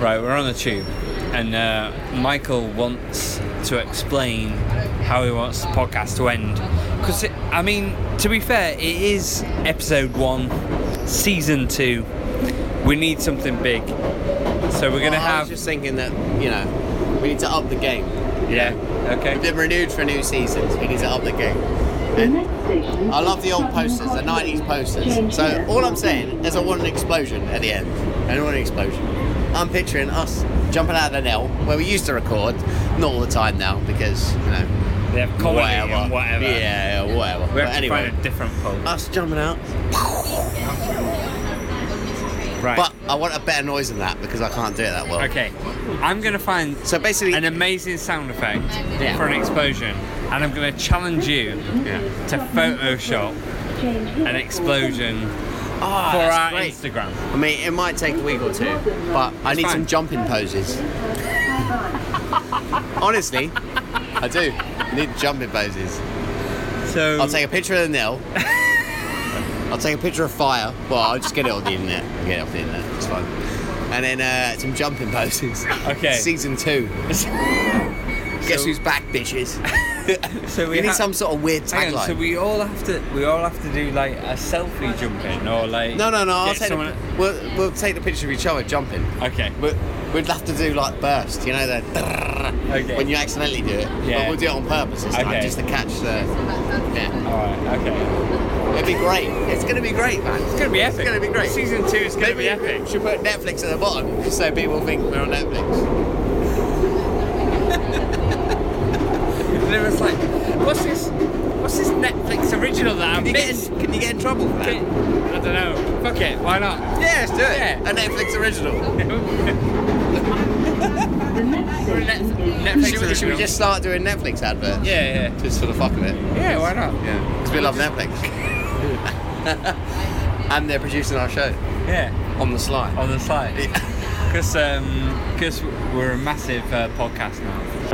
right, we're on the tube, and uh, Michael wants to explain how he wants the podcast to end. Because, I mean, to be fair, it is episode one, season two. We need something big. So we're going to
Well, I
have.
was just thinking that you know we need to up the game.
yeah, okay.
We've been renewed for new seasons. We need to up the game. I love the old posters, the 90s posters. So all I'm saying is I want an explosion at the end. I want an explosion. I'm picturing us jumping out of the nail where we used to record, not all the time now because you know
They have comedy
whatever,
and whatever.
Yeah, yeah, whatever.
We
But
have to
anyway,
find a different pole.
us jumping out.
Right.
But I want a better noise than that because I can't do it that well.
okay. I'm going to find
So basically,
an amazing sound effect
Yeah.
for an explosion, and I'm going to challenge you to Photoshop an explosion
Ah,
for
that's
our
great.
Instagram.
I mean, it might take a week or two, but I need
fine.
some jumping poses. Honestly, I do. I need jumping poses.
So
I'll take a picture of the nil. I'll take a picture of fire. Well, I'll just get it on the internet. Get it off the internet. It's fine. And then uh, some jumping poses.
Okay.
Season two. Guess who's back, bitches?
so
We need
ha-
some sort of weird
Hang on,
tagline.
so we all have to we all have to do like a selfie jumping or like
no, no, no. I'll
get
take
someone-
the, we'll, we'll take the picture of each other jumping.
Okay.
But we'd have to do like burst, you know, the
Okay.
when you accidentally do it. But
Yeah.
we'll do it on purpose this time,
Okay.
just to catch the. Yeah.
All right. Okay.
It'd be great. It's gonna be great, man. It's
gonna be epic.
It's gonna be great.
Season two is gonna
Maybe
be epic.
we should put Netflix at the bottom so people think we're on Netflix.
And it was like, what's this? What's this Netflix original that I'm
Can you, get
missing?
in, can you get in trouble for that?
I don't know. Fuck it. Why not?
Yeah, let's do it.
Yeah.
A Netflix original.
Netflix
Should we, should we
original.
just start doing Netflix adverts?
Yeah, yeah.
Just for the fuck of it.
Yeah, why not?
Yeah. Because we love Netflix. and they're producing our show
Yeah,
on the slide.
on the side. Because um, 'cause we're a massive uh, podcast now.